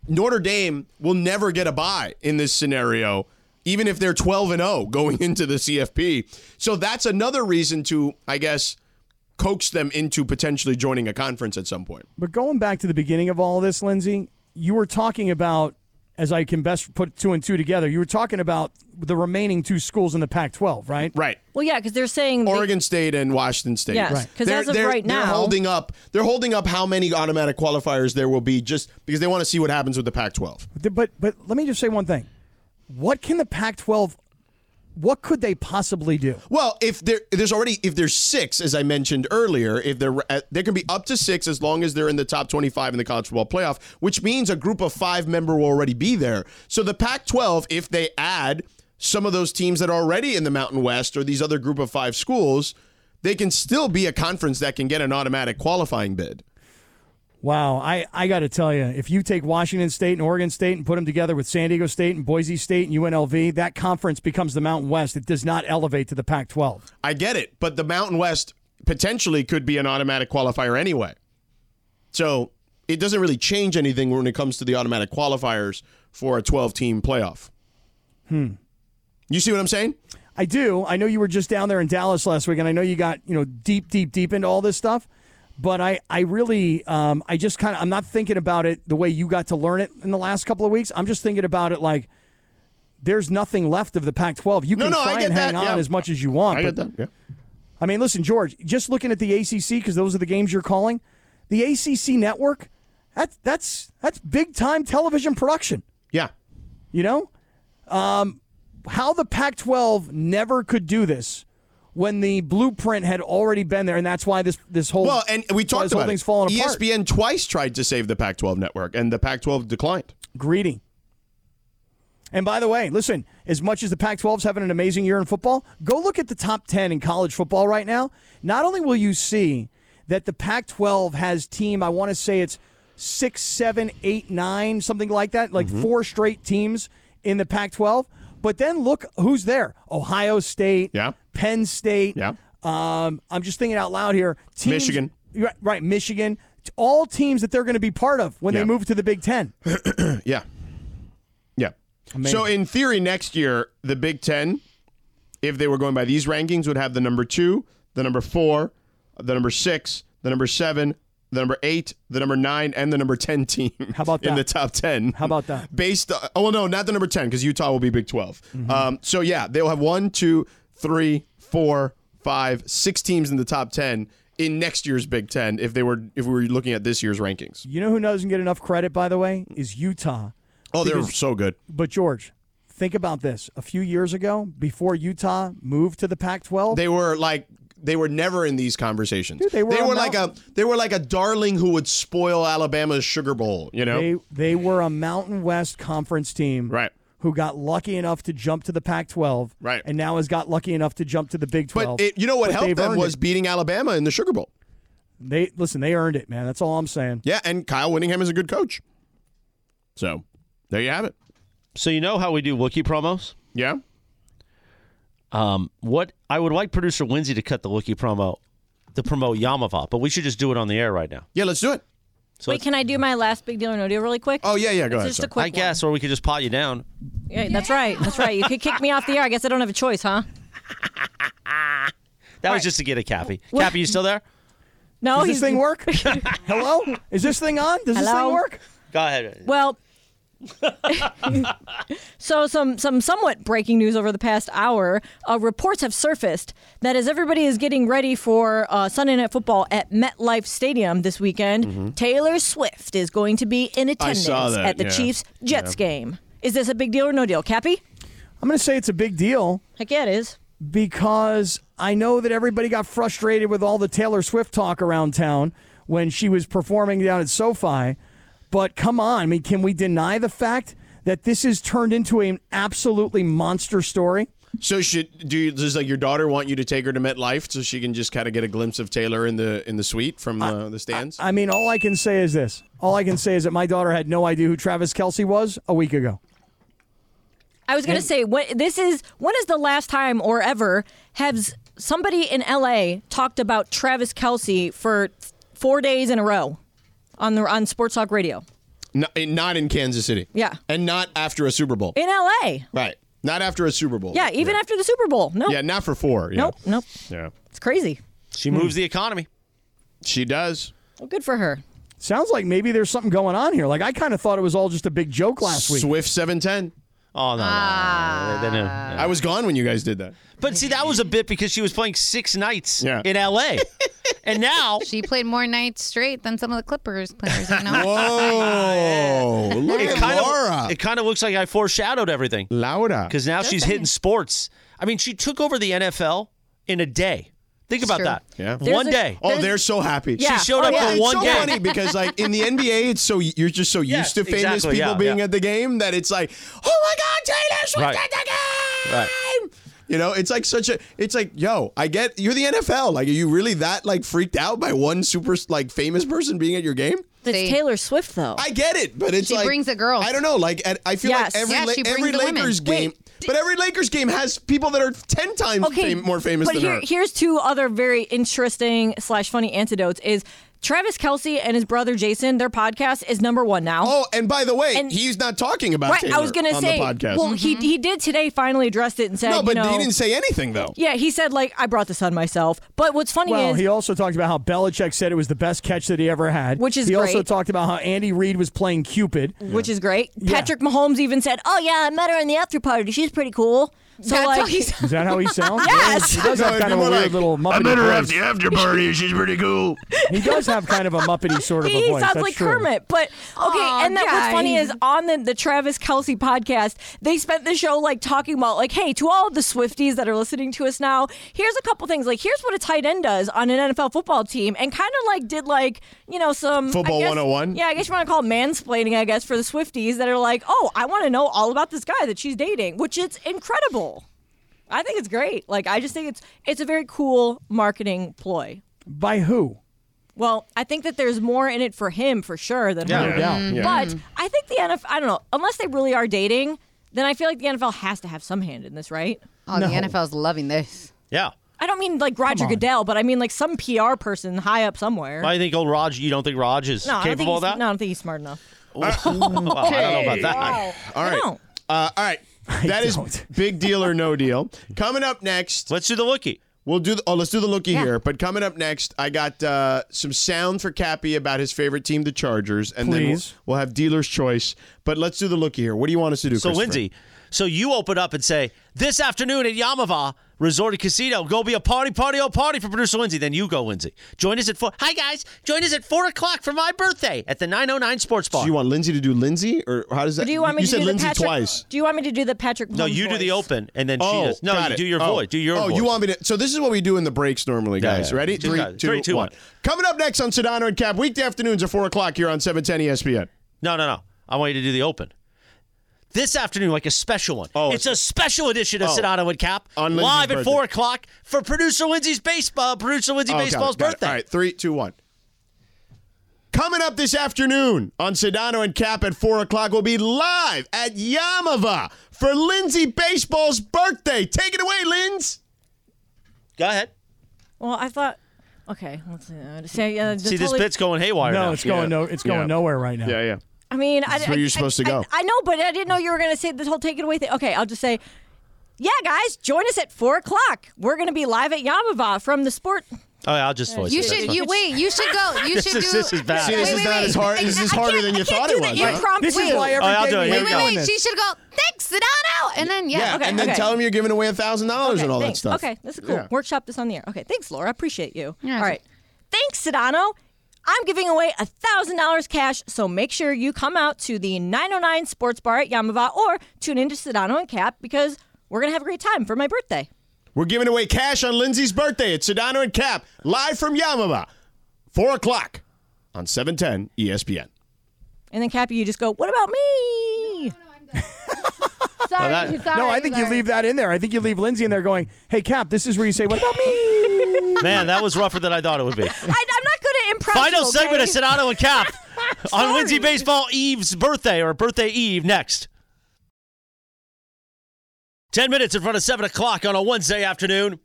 [SPEAKER 4] Notre Dame will never get a bye in this scenario, even if they're 12 and 0 going into the CFP. So that's another reason to, I guess, coax them into potentially joining a conference at some point.
[SPEAKER 3] But going back to the beginning of all this, Lindsay, you were talking about, as I can best put two and two together, you were talking about the remaining two schools in the Pac 12, right?
[SPEAKER 4] Right.
[SPEAKER 5] well, yeah, because they're saying. they-
[SPEAKER 4] Oregon State and Washington State.
[SPEAKER 5] Yes, Right. 'cause
[SPEAKER 4] They're-
[SPEAKER 5] as of
[SPEAKER 4] they're-
[SPEAKER 5] right
[SPEAKER 4] they're
[SPEAKER 5] now-
[SPEAKER 4] holding up. They're holding up how many automatic qualifiers there will be, just because they want to see what happens with the Pac-12.
[SPEAKER 3] But, but let me just say one thing. What can the Pac 12, what could they possibly do?
[SPEAKER 4] Well, if there, there's already if there's six, as I mentioned earlier, if they're at, there can be up to six as long as they're in the top 25 in the college football playoff, which means a group of five member will already be there. So the Pac-12, if they add some of those teams that are already in the Mountain West or these other group of five schools, they can still be a conference that can get an automatic qualifying bid.
[SPEAKER 3] Wow, I, I got to tell you, if you take Washington State and Oregon State and put them together with San Diego State and Boise State and UNLV, that conference becomes the Mountain West. It does not elevate to the Pac 12.
[SPEAKER 4] I get it, but the Mountain West potentially could be an automatic qualifier anyway. So it doesn't really change anything when it comes to the automatic qualifiers for a 12 team playoff. Hmm. You see what I'm saying?
[SPEAKER 3] I do. I know you were just down there in Dallas last week, and I know you got you know deep, deep, deep into all this stuff. But I, I really, um, I just kind of, I'm not thinking about it the way you got to learn it in the last couple of weeks. I'm just thinking about it like there's nothing left of the Pac-12. You
[SPEAKER 4] No,
[SPEAKER 3] can
[SPEAKER 4] no, I
[SPEAKER 3] try
[SPEAKER 4] get
[SPEAKER 3] and hang
[SPEAKER 4] that.
[SPEAKER 3] on
[SPEAKER 4] Yeah.
[SPEAKER 3] as much as you want.
[SPEAKER 4] I
[SPEAKER 3] but-
[SPEAKER 4] get that. Yeah.
[SPEAKER 3] I mean, listen, George, just looking at the ACC because those are the games you're calling, the ACC network, that's that's that's big time television production.
[SPEAKER 4] Yeah.
[SPEAKER 3] You know, um, how the Pac-12 never could do this when the blueprint had already been there, and that's why this this whole
[SPEAKER 4] Well, and we
[SPEAKER 3] why
[SPEAKER 4] talked
[SPEAKER 3] this
[SPEAKER 4] about
[SPEAKER 3] whole thing's
[SPEAKER 4] it. E
[SPEAKER 3] falling apart.
[SPEAKER 4] ESPN twice tried to save the Pac 12 network, and the Pac 12 declined.
[SPEAKER 3] Greedy. And by the way, listen, as much as the Pac 12 is having an amazing year in football, go look at the top 10 in college football right now. Not only will you see that the Pac 12 has team, I want to say it's six, seven, eight, nine, something like that, like
[SPEAKER 4] Mm-hmm.
[SPEAKER 3] four straight teams in the Pac 12, but then look who's there Ohio State,
[SPEAKER 4] Yeah.
[SPEAKER 3] Penn State.
[SPEAKER 4] Yeah.
[SPEAKER 3] Um, I'm just thinking out loud here. Teams,
[SPEAKER 4] Michigan.
[SPEAKER 3] Right, right, Michigan. All teams that they're going to be part of when
[SPEAKER 4] Yeah.
[SPEAKER 3] they move to the Big Ten.
[SPEAKER 4] Yeah. Yeah. So in theory, next year the Big Ten, if they were going by these rankings, would have the number two, the number four, the number six, the number seven, the number eight, the number nine, and the number ten team.
[SPEAKER 3] How about
[SPEAKER 4] in
[SPEAKER 3] that?
[SPEAKER 4] the top ten?
[SPEAKER 3] How about that?
[SPEAKER 4] Based, on, oh well, no, not the number ten because Utah will be Big 12
[SPEAKER 3] Mm-hmm.
[SPEAKER 4] Um, so yeah, they'll have one, two, three, four, five, six teams in the top ten in next year's Big Ten if they were if we were looking at this year's rankings.
[SPEAKER 3] You know who doesn't get enough credit, by the way, is Utah.
[SPEAKER 4] Oh, they're
[SPEAKER 3] Because-
[SPEAKER 4] so good.
[SPEAKER 3] But George, think about this. A few years ago, before Utah moved to the Pac-12,
[SPEAKER 4] they were like they were never in these conversations.
[SPEAKER 3] they were on
[SPEAKER 4] like a
[SPEAKER 3] mountain-
[SPEAKER 4] they were like a darling who would spoil Alabama's Sugar Bowl. You know,
[SPEAKER 3] they they were a Mountain West conference team,
[SPEAKER 4] Right.
[SPEAKER 3] Who got lucky enough to jump to the Pac-12,
[SPEAKER 4] Right.
[SPEAKER 3] And now has got lucky enough to jump to the Big 12.
[SPEAKER 4] but it, you know what
[SPEAKER 3] But
[SPEAKER 4] helped
[SPEAKER 3] they've
[SPEAKER 4] them
[SPEAKER 3] earned
[SPEAKER 4] was
[SPEAKER 3] it.
[SPEAKER 4] beating Alabama in the Sugar Bowl.
[SPEAKER 3] they listen. They earned it, man. That's all I'm saying.
[SPEAKER 4] Yeah, and Kyle Winningham is a good coach. So there you have it.
[SPEAKER 2] So you know how we do Wookiee promos?
[SPEAKER 4] Yeah,
[SPEAKER 2] Um, what I would like producer Lindsay to cut the Wookiee promo to promote Yamava, but we should just do it on the air right now.
[SPEAKER 4] yeah. Let's do it.
[SPEAKER 2] So
[SPEAKER 5] Wait, can I do my last big deal or no deal really quick?
[SPEAKER 4] Oh yeah, yeah. Go
[SPEAKER 5] It's
[SPEAKER 4] ahead.
[SPEAKER 5] just
[SPEAKER 4] sorry.
[SPEAKER 5] a quick
[SPEAKER 2] I guess, or we could just pot you down.
[SPEAKER 5] one. Yeah, that's right. That's right. You could kick me off the air. I guess I don't have a choice, huh?
[SPEAKER 2] That was just to get a Cappy. Cappy, you still there?
[SPEAKER 3] Does
[SPEAKER 5] No,
[SPEAKER 3] this
[SPEAKER 5] Oh, he's-
[SPEAKER 3] thing work? Hello, is this thing on? Does this
[SPEAKER 5] Hello?
[SPEAKER 3] thing work?
[SPEAKER 2] Go ahead.
[SPEAKER 5] Well, so some some somewhat breaking news over the past hour. Uh, reports have surfaced that as everybody is getting ready for uh, Sunday Night Football at MetLife Stadium this weekend, Taylor Swift is going to be in attendance
[SPEAKER 4] Mm-hmm. saw that,
[SPEAKER 5] at the
[SPEAKER 4] yeah.
[SPEAKER 5] Chiefs Jets game. Is this a big deal or no deal, Cappy?
[SPEAKER 3] I'm going to say it's a big deal.
[SPEAKER 5] Heck yeah, it is.
[SPEAKER 3] because I know that everybody got frustrated with all the Taylor Swift talk around town when she was performing down at SoFi. But come on, I mean, can we deny the fact that this is turned into an absolutely monster story?
[SPEAKER 4] So should do you, does like your daughter want you to take her to MetLife so she can just kind of get a glimpse of Taylor in the in the suite from
[SPEAKER 5] Uh,
[SPEAKER 4] uh, the, the stands?
[SPEAKER 3] I mean, all I can say is this. All I can say is that my daughter had no idea who Travis Kelsey was a week ago.
[SPEAKER 5] I was going to say, what this is. When is the last time or ever has somebody in LA talked about Travis Kelsey for four days in a row on the on Sports Talk Radio
[SPEAKER 4] No- eh, not in Kansas City.
[SPEAKER 5] Yeah.
[SPEAKER 4] and not after a Super Bowl.
[SPEAKER 5] in LA?
[SPEAKER 4] right. Not after a Super Bowl.
[SPEAKER 5] Yeah, even after the Super Bowl. No,
[SPEAKER 4] Yeah, not for four. Yeah.
[SPEAKER 5] nope, nope.
[SPEAKER 4] Yeah.
[SPEAKER 5] It's crazy.
[SPEAKER 2] She moves the economy.
[SPEAKER 4] She does.
[SPEAKER 5] Well, good for her.
[SPEAKER 3] Sounds like maybe there's something going on here. Like I kind of thought it was all just a big joke last week.
[SPEAKER 4] Swift 710.
[SPEAKER 2] Oh no, no, no, no, no, no, no, no.
[SPEAKER 4] I was gone when you guys did that.
[SPEAKER 2] But see, that was a bit because she was playing six nights
[SPEAKER 4] Yeah.
[SPEAKER 2] in L.A. and now
[SPEAKER 6] She played more nights straight than some of the Clippers players. You know?
[SPEAKER 4] Whoa. Look
[SPEAKER 2] it
[SPEAKER 4] at
[SPEAKER 2] kind
[SPEAKER 4] Laura.
[SPEAKER 2] of it kind of looks like I foreshadowed everything
[SPEAKER 4] Laura.
[SPEAKER 2] because now she's hitting sports. I mean, she took over the NFL in a day. Think about
[SPEAKER 6] true.
[SPEAKER 2] that.
[SPEAKER 4] Yeah. There's
[SPEAKER 2] One
[SPEAKER 5] a-
[SPEAKER 2] day.
[SPEAKER 4] Oh, they're so happy.
[SPEAKER 5] Yeah.
[SPEAKER 2] She showed
[SPEAKER 5] Oh,
[SPEAKER 2] up
[SPEAKER 5] yeah.
[SPEAKER 2] for
[SPEAKER 4] It's
[SPEAKER 2] one
[SPEAKER 4] so
[SPEAKER 2] day.
[SPEAKER 4] funny because like in the NBA, it's so you're just so
[SPEAKER 2] Yes,
[SPEAKER 4] used to famous
[SPEAKER 2] exactly,
[SPEAKER 4] people
[SPEAKER 2] yeah,
[SPEAKER 4] being
[SPEAKER 2] yeah.
[SPEAKER 4] at the game that it's like, oh my God, Taylor Swift
[SPEAKER 2] Right.
[SPEAKER 4] at the game.
[SPEAKER 2] Right.
[SPEAKER 4] You know, it's like such a. It's like, yo, I get you're the NFL. Like, are you really that like freaked out by one super like famous person being at your game?
[SPEAKER 5] That's
[SPEAKER 6] See.
[SPEAKER 5] Taylor Swift though.
[SPEAKER 4] I get it, but it's
[SPEAKER 6] She
[SPEAKER 4] like
[SPEAKER 6] brings the girls.
[SPEAKER 4] I don't know. Like at, I feel
[SPEAKER 5] Yes.
[SPEAKER 4] like every
[SPEAKER 6] Yeah,
[SPEAKER 4] La-
[SPEAKER 6] she brings
[SPEAKER 4] every
[SPEAKER 6] the women.
[SPEAKER 4] Lakers game, but every Lakers game has people that are ten times fam- more famous
[SPEAKER 5] but
[SPEAKER 4] than
[SPEAKER 5] here,
[SPEAKER 4] her.
[SPEAKER 5] here's two other very interesting slash funny antidotes: is Travis Kelsey and his brother Jason. Their podcast is number one now.
[SPEAKER 4] Oh, and by the way,
[SPEAKER 5] And-
[SPEAKER 4] he's not talking about
[SPEAKER 5] right,
[SPEAKER 4] Taylor
[SPEAKER 5] I was gonna
[SPEAKER 4] on
[SPEAKER 5] say.
[SPEAKER 4] the podcast.
[SPEAKER 5] Well, he
[SPEAKER 6] Mm-hmm.
[SPEAKER 5] he did today finally addressed it and said,
[SPEAKER 4] no, but
[SPEAKER 5] you know,
[SPEAKER 4] he didn't say anything though.
[SPEAKER 5] yeah, he said like I brought this on myself. But what's funny
[SPEAKER 3] Well,
[SPEAKER 5] is
[SPEAKER 3] he also talked about how Belichick said it was the best catch that he ever had,
[SPEAKER 5] Which is
[SPEAKER 3] he also
[SPEAKER 5] great.
[SPEAKER 3] talked about how Andy Reid was playing Cupid.
[SPEAKER 5] which is great. Patrick Mahomes even said, "Oh yeah, I met her in the after party. She's pretty cool." So
[SPEAKER 6] That's
[SPEAKER 5] like,
[SPEAKER 6] how he sounds.
[SPEAKER 3] Is that how he sounds?
[SPEAKER 5] Yes.
[SPEAKER 3] He does have kind of a weird little muppety voice.
[SPEAKER 4] after party. She's pretty cool.
[SPEAKER 3] He does have kind of a muppety sort of
[SPEAKER 5] he
[SPEAKER 3] a voice.
[SPEAKER 5] sounds
[SPEAKER 3] That's
[SPEAKER 5] like
[SPEAKER 3] true.
[SPEAKER 5] Kermit. But okay,
[SPEAKER 6] Aw,
[SPEAKER 5] and then what's funny
[SPEAKER 6] guys.
[SPEAKER 5] is on the, the Travis Kelsey podcast, they spent the show like talking about like, hey, to all of the Swifties that are listening to us now, here's a couple things. Like, here's what a tight end does on an NFL football team, and kind of like did like you know some I
[SPEAKER 4] Football
[SPEAKER 5] guess-
[SPEAKER 4] 101?
[SPEAKER 5] Yeah, I guess you want to call it mansplaining. I guess for the Swifties that are like, oh, I want to know all about this guy that she's dating, which it's incredible. I think it's great. Like, I just think it's it's a very cool marketing ploy.
[SPEAKER 3] By who?
[SPEAKER 5] Well, I think that there's more in it for him for sure than her.
[SPEAKER 3] Yeah.
[SPEAKER 4] Mm-hmm.
[SPEAKER 5] But I think the NFL, I don't know, unless they really are dating, then I feel like the NFL has to have some hand in this, right?
[SPEAKER 6] Oh, the NFL's loving this.
[SPEAKER 2] Yeah.
[SPEAKER 5] I don't mean like Roger Goodell, but I mean like some PR person high up somewhere.
[SPEAKER 2] Why do you think old Raj, you don't think Raj is
[SPEAKER 5] no, I don't think
[SPEAKER 2] capable of
[SPEAKER 5] he's-
[SPEAKER 2] that?
[SPEAKER 5] No, I don't think he's smart enough.
[SPEAKER 2] Well, I don't know about that.
[SPEAKER 4] All right.
[SPEAKER 5] No.
[SPEAKER 4] Uh, all right. That is
[SPEAKER 3] don't.
[SPEAKER 4] big deal or no deal. Coming up next,
[SPEAKER 2] Let's do the lookie.
[SPEAKER 4] We'll do the, oh, let's do the lookie here. But coming up next, I got uh, some sound for Cappy about his favorite team, the Chargers, and then we'll,
[SPEAKER 3] Please.
[SPEAKER 4] we'll have dealer's choice. But let's do the lookie here. What do you want us to do?
[SPEAKER 2] So,
[SPEAKER 4] Christopher?
[SPEAKER 2] Lindsay, so you open up and say, This afternoon at Yamava Resort and Casino, go be a party, party, oh, party for producer Lindsay. Then you go, Lindsay. Join us at four. Hi, guys. Join us at four o'clock for my birthday at the 909 Sports Bar.
[SPEAKER 4] do you want Lindsay to do Lindsay, or how does that?
[SPEAKER 5] Do you want me to
[SPEAKER 4] said
[SPEAKER 5] do
[SPEAKER 4] Lindsay
[SPEAKER 5] the Patrick?
[SPEAKER 4] twice.
[SPEAKER 5] Do you want me to do the Patrick?
[SPEAKER 2] no,
[SPEAKER 5] Mahomes
[SPEAKER 2] you do the
[SPEAKER 5] voice?
[SPEAKER 2] open, and then she
[SPEAKER 4] Oh,
[SPEAKER 2] does. No,
[SPEAKER 4] got
[SPEAKER 2] you
[SPEAKER 4] it.
[SPEAKER 2] do your
[SPEAKER 4] oh.
[SPEAKER 2] voice. Do your
[SPEAKER 4] Oh,
[SPEAKER 2] voice.
[SPEAKER 4] you want me to? So this is what we do in the breaks normally,
[SPEAKER 2] Yeah,
[SPEAKER 4] guys.
[SPEAKER 2] yeah.
[SPEAKER 4] Ready?
[SPEAKER 2] Two
[SPEAKER 4] Three,
[SPEAKER 2] guys.
[SPEAKER 4] two,
[SPEAKER 2] Three, two,
[SPEAKER 4] one.
[SPEAKER 2] one.
[SPEAKER 4] Coming up next on Sedano and Cap, weekday afternoons at four o'clock here on seven ten E ESPN.
[SPEAKER 2] No, no, no. I want you to do the open. This afternoon, like a special one.
[SPEAKER 4] Oh,
[SPEAKER 2] it's a special edition of
[SPEAKER 4] Oh.
[SPEAKER 2] Sedano and Cap
[SPEAKER 4] On Lindsay's
[SPEAKER 2] live at
[SPEAKER 4] birthday.
[SPEAKER 2] four o'clock for producer Lindsay's baseball, producer Lindsay
[SPEAKER 4] Oh, got it,
[SPEAKER 2] baseball's
[SPEAKER 4] got it.
[SPEAKER 2] birthday.
[SPEAKER 4] All right, three, two, one. Coming up this afternoon on Sedano and Cap at four o'clock, we'll be live at Yamava for Lindsay Baseball's birthday. Take it away, Linz.
[SPEAKER 2] Go ahead.
[SPEAKER 5] Well, I thought. Okay, let's see. Uh, say, uh,
[SPEAKER 2] See, this
[SPEAKER 5] totally-
[SPEAKER 2] bit's going haywire
[SPEAKER 3] No,
[SPEAKER 2] now.
[SPEAKER 3] it's going no, it's going
[SPEAKER 4] Yeah.
[SPEAKER 3] nowhere right now.
[SPEAKER 4] yeah.
[SPEAKER 5] I mean, I,
[SPEAKER 4] That's where
[SPEAKER 5] I-
[SPEAKER 4] you're supposed to
[SPEAKER 5] I-
[SPEAKER 4] go.
[SPEAKER 5] I, I know, but I didn't know you were going to say this whole take it away thing. Okay, I'll just say, yeah, guys, join us at four o'clock. We're going to be live at Yamava from the sport.
[SPEAKER 2] Oh, yeah, I'll just voice
[SPEAKER 6] You
[SPEAKER 2] it.
[SPEAKER 6] should.
[SPEAKER 2] That's
[SPEAKER 6] You
[SPEAKER 2] fine.
[SPEAKER 6] wait. You should go. You
[SPEAKER 2] This
[SPEAKER 6] should
[SPEAKER 2] is-
[SPEAKER 6] do.
[SPEAKER 2] this is bad.
[SPEAKER 4] See, this
[SPEAKER 6] Wait,
[SPEAKER 4] is
[SPEAKER 6] wait,
[SPEAKER 4] not
[SPEAKER 6] wait.
[SPEAKER 4] as hard. This is
[SPEAKER 5] I
[SPEAKER 4] harder
[SPEAKER 5] can't-
[SPEAKER 4] than you
[SPEAKER 5] I
[SPEAKER 4] thought
[SPEAKER 5] can't
[SPEAKER 4] it
[SPEAKER 5] do
[SPEAKER 4] was.
[SPEAKER 5] the
[SPEAKER 4] right?
[SPEAKER 5] impromptu.
[SPEAKER 3] This is why
[SPEAKER 5] Wait,
[SPEAKER 3] every
[SPEAKER 2] Oh, I'll
[SPEAKER 3] day
[SPEAKER 2] do it.
[SPEAKER 3] we
[SPEAKER 2] Here we
[SPEAKER 3] were
[SPEAKER 6] Wait,
[SPEAKER 2] go.
[SPEAKER 3] doing
[SPEAKER 6] wait.
[SPEAKER 3] this.
[SPEAKER 6] She should go. Thanks. Sedano. And then yeah.
[SPEAKER 4] Yeah,
[SPEAKER 5] Okay,
[SPEAKER 4] and then
[SPEAKER 5] okay.
[SPEAKER 4] tell them you're giving away a thousand dollars
[SPEAKER 5] okay,
[SPEAKER 4] and all
[SPEAKER 5] thanks.
[SPEAKER 4] that stuff.
[SPEAKER 5] Okay, this is cool.
[SPEAKER 4] Yeah.
[SPEAKER 5] Workshop this on the air. Okay, thanks, Laura. Appreciate you.
[SPEAKER 6] Yeah,
[SPEAKER 5] All
[SPEAKER 6] it's-
[SPEAKER 5] right. Thanks, Sedano. I'm giving away $1,000 cash, so make sure you come out to the 909 Sports Bar at Yamava or tune into Sedano and Cap because we're going to have a great time for my birthday.
[SPEAKER 4] We're giving away cash on Lindsay's birthday at Sedano and Cap, live from Yamava, four o'clock on seven ten E ESPN.
[SPEAKER 5] And then, Cappy, you just go, what about me?
[SPEAKER 6] Sorry,
[SPEAKER 2] that-
[SPEAKER 6] sorry,
[SPEAKER 3] No, I think you
[SPEAKER 6] sorry.
[SPEAKER 3] leave that in there. I think you leave Lindsay in there going, hey, Cap, this is where you say, what about me?
[SPEAKER 2] Man, that was rougher than I thought it would be.
[SPEAKER 5] I, I'm not good at improv.
[SPEAKER 2] Final
[SPEAKER 5] okay?
[SPEAKER 2] segment of Sedano and Cap on
[SPEAKER 5] Sorry.
[SPEAKER 2] Lindsay Baseball Eve's birthday or birthday Eve next. 10 minutes in front of 7 o'clock on a Wednesday afternoon.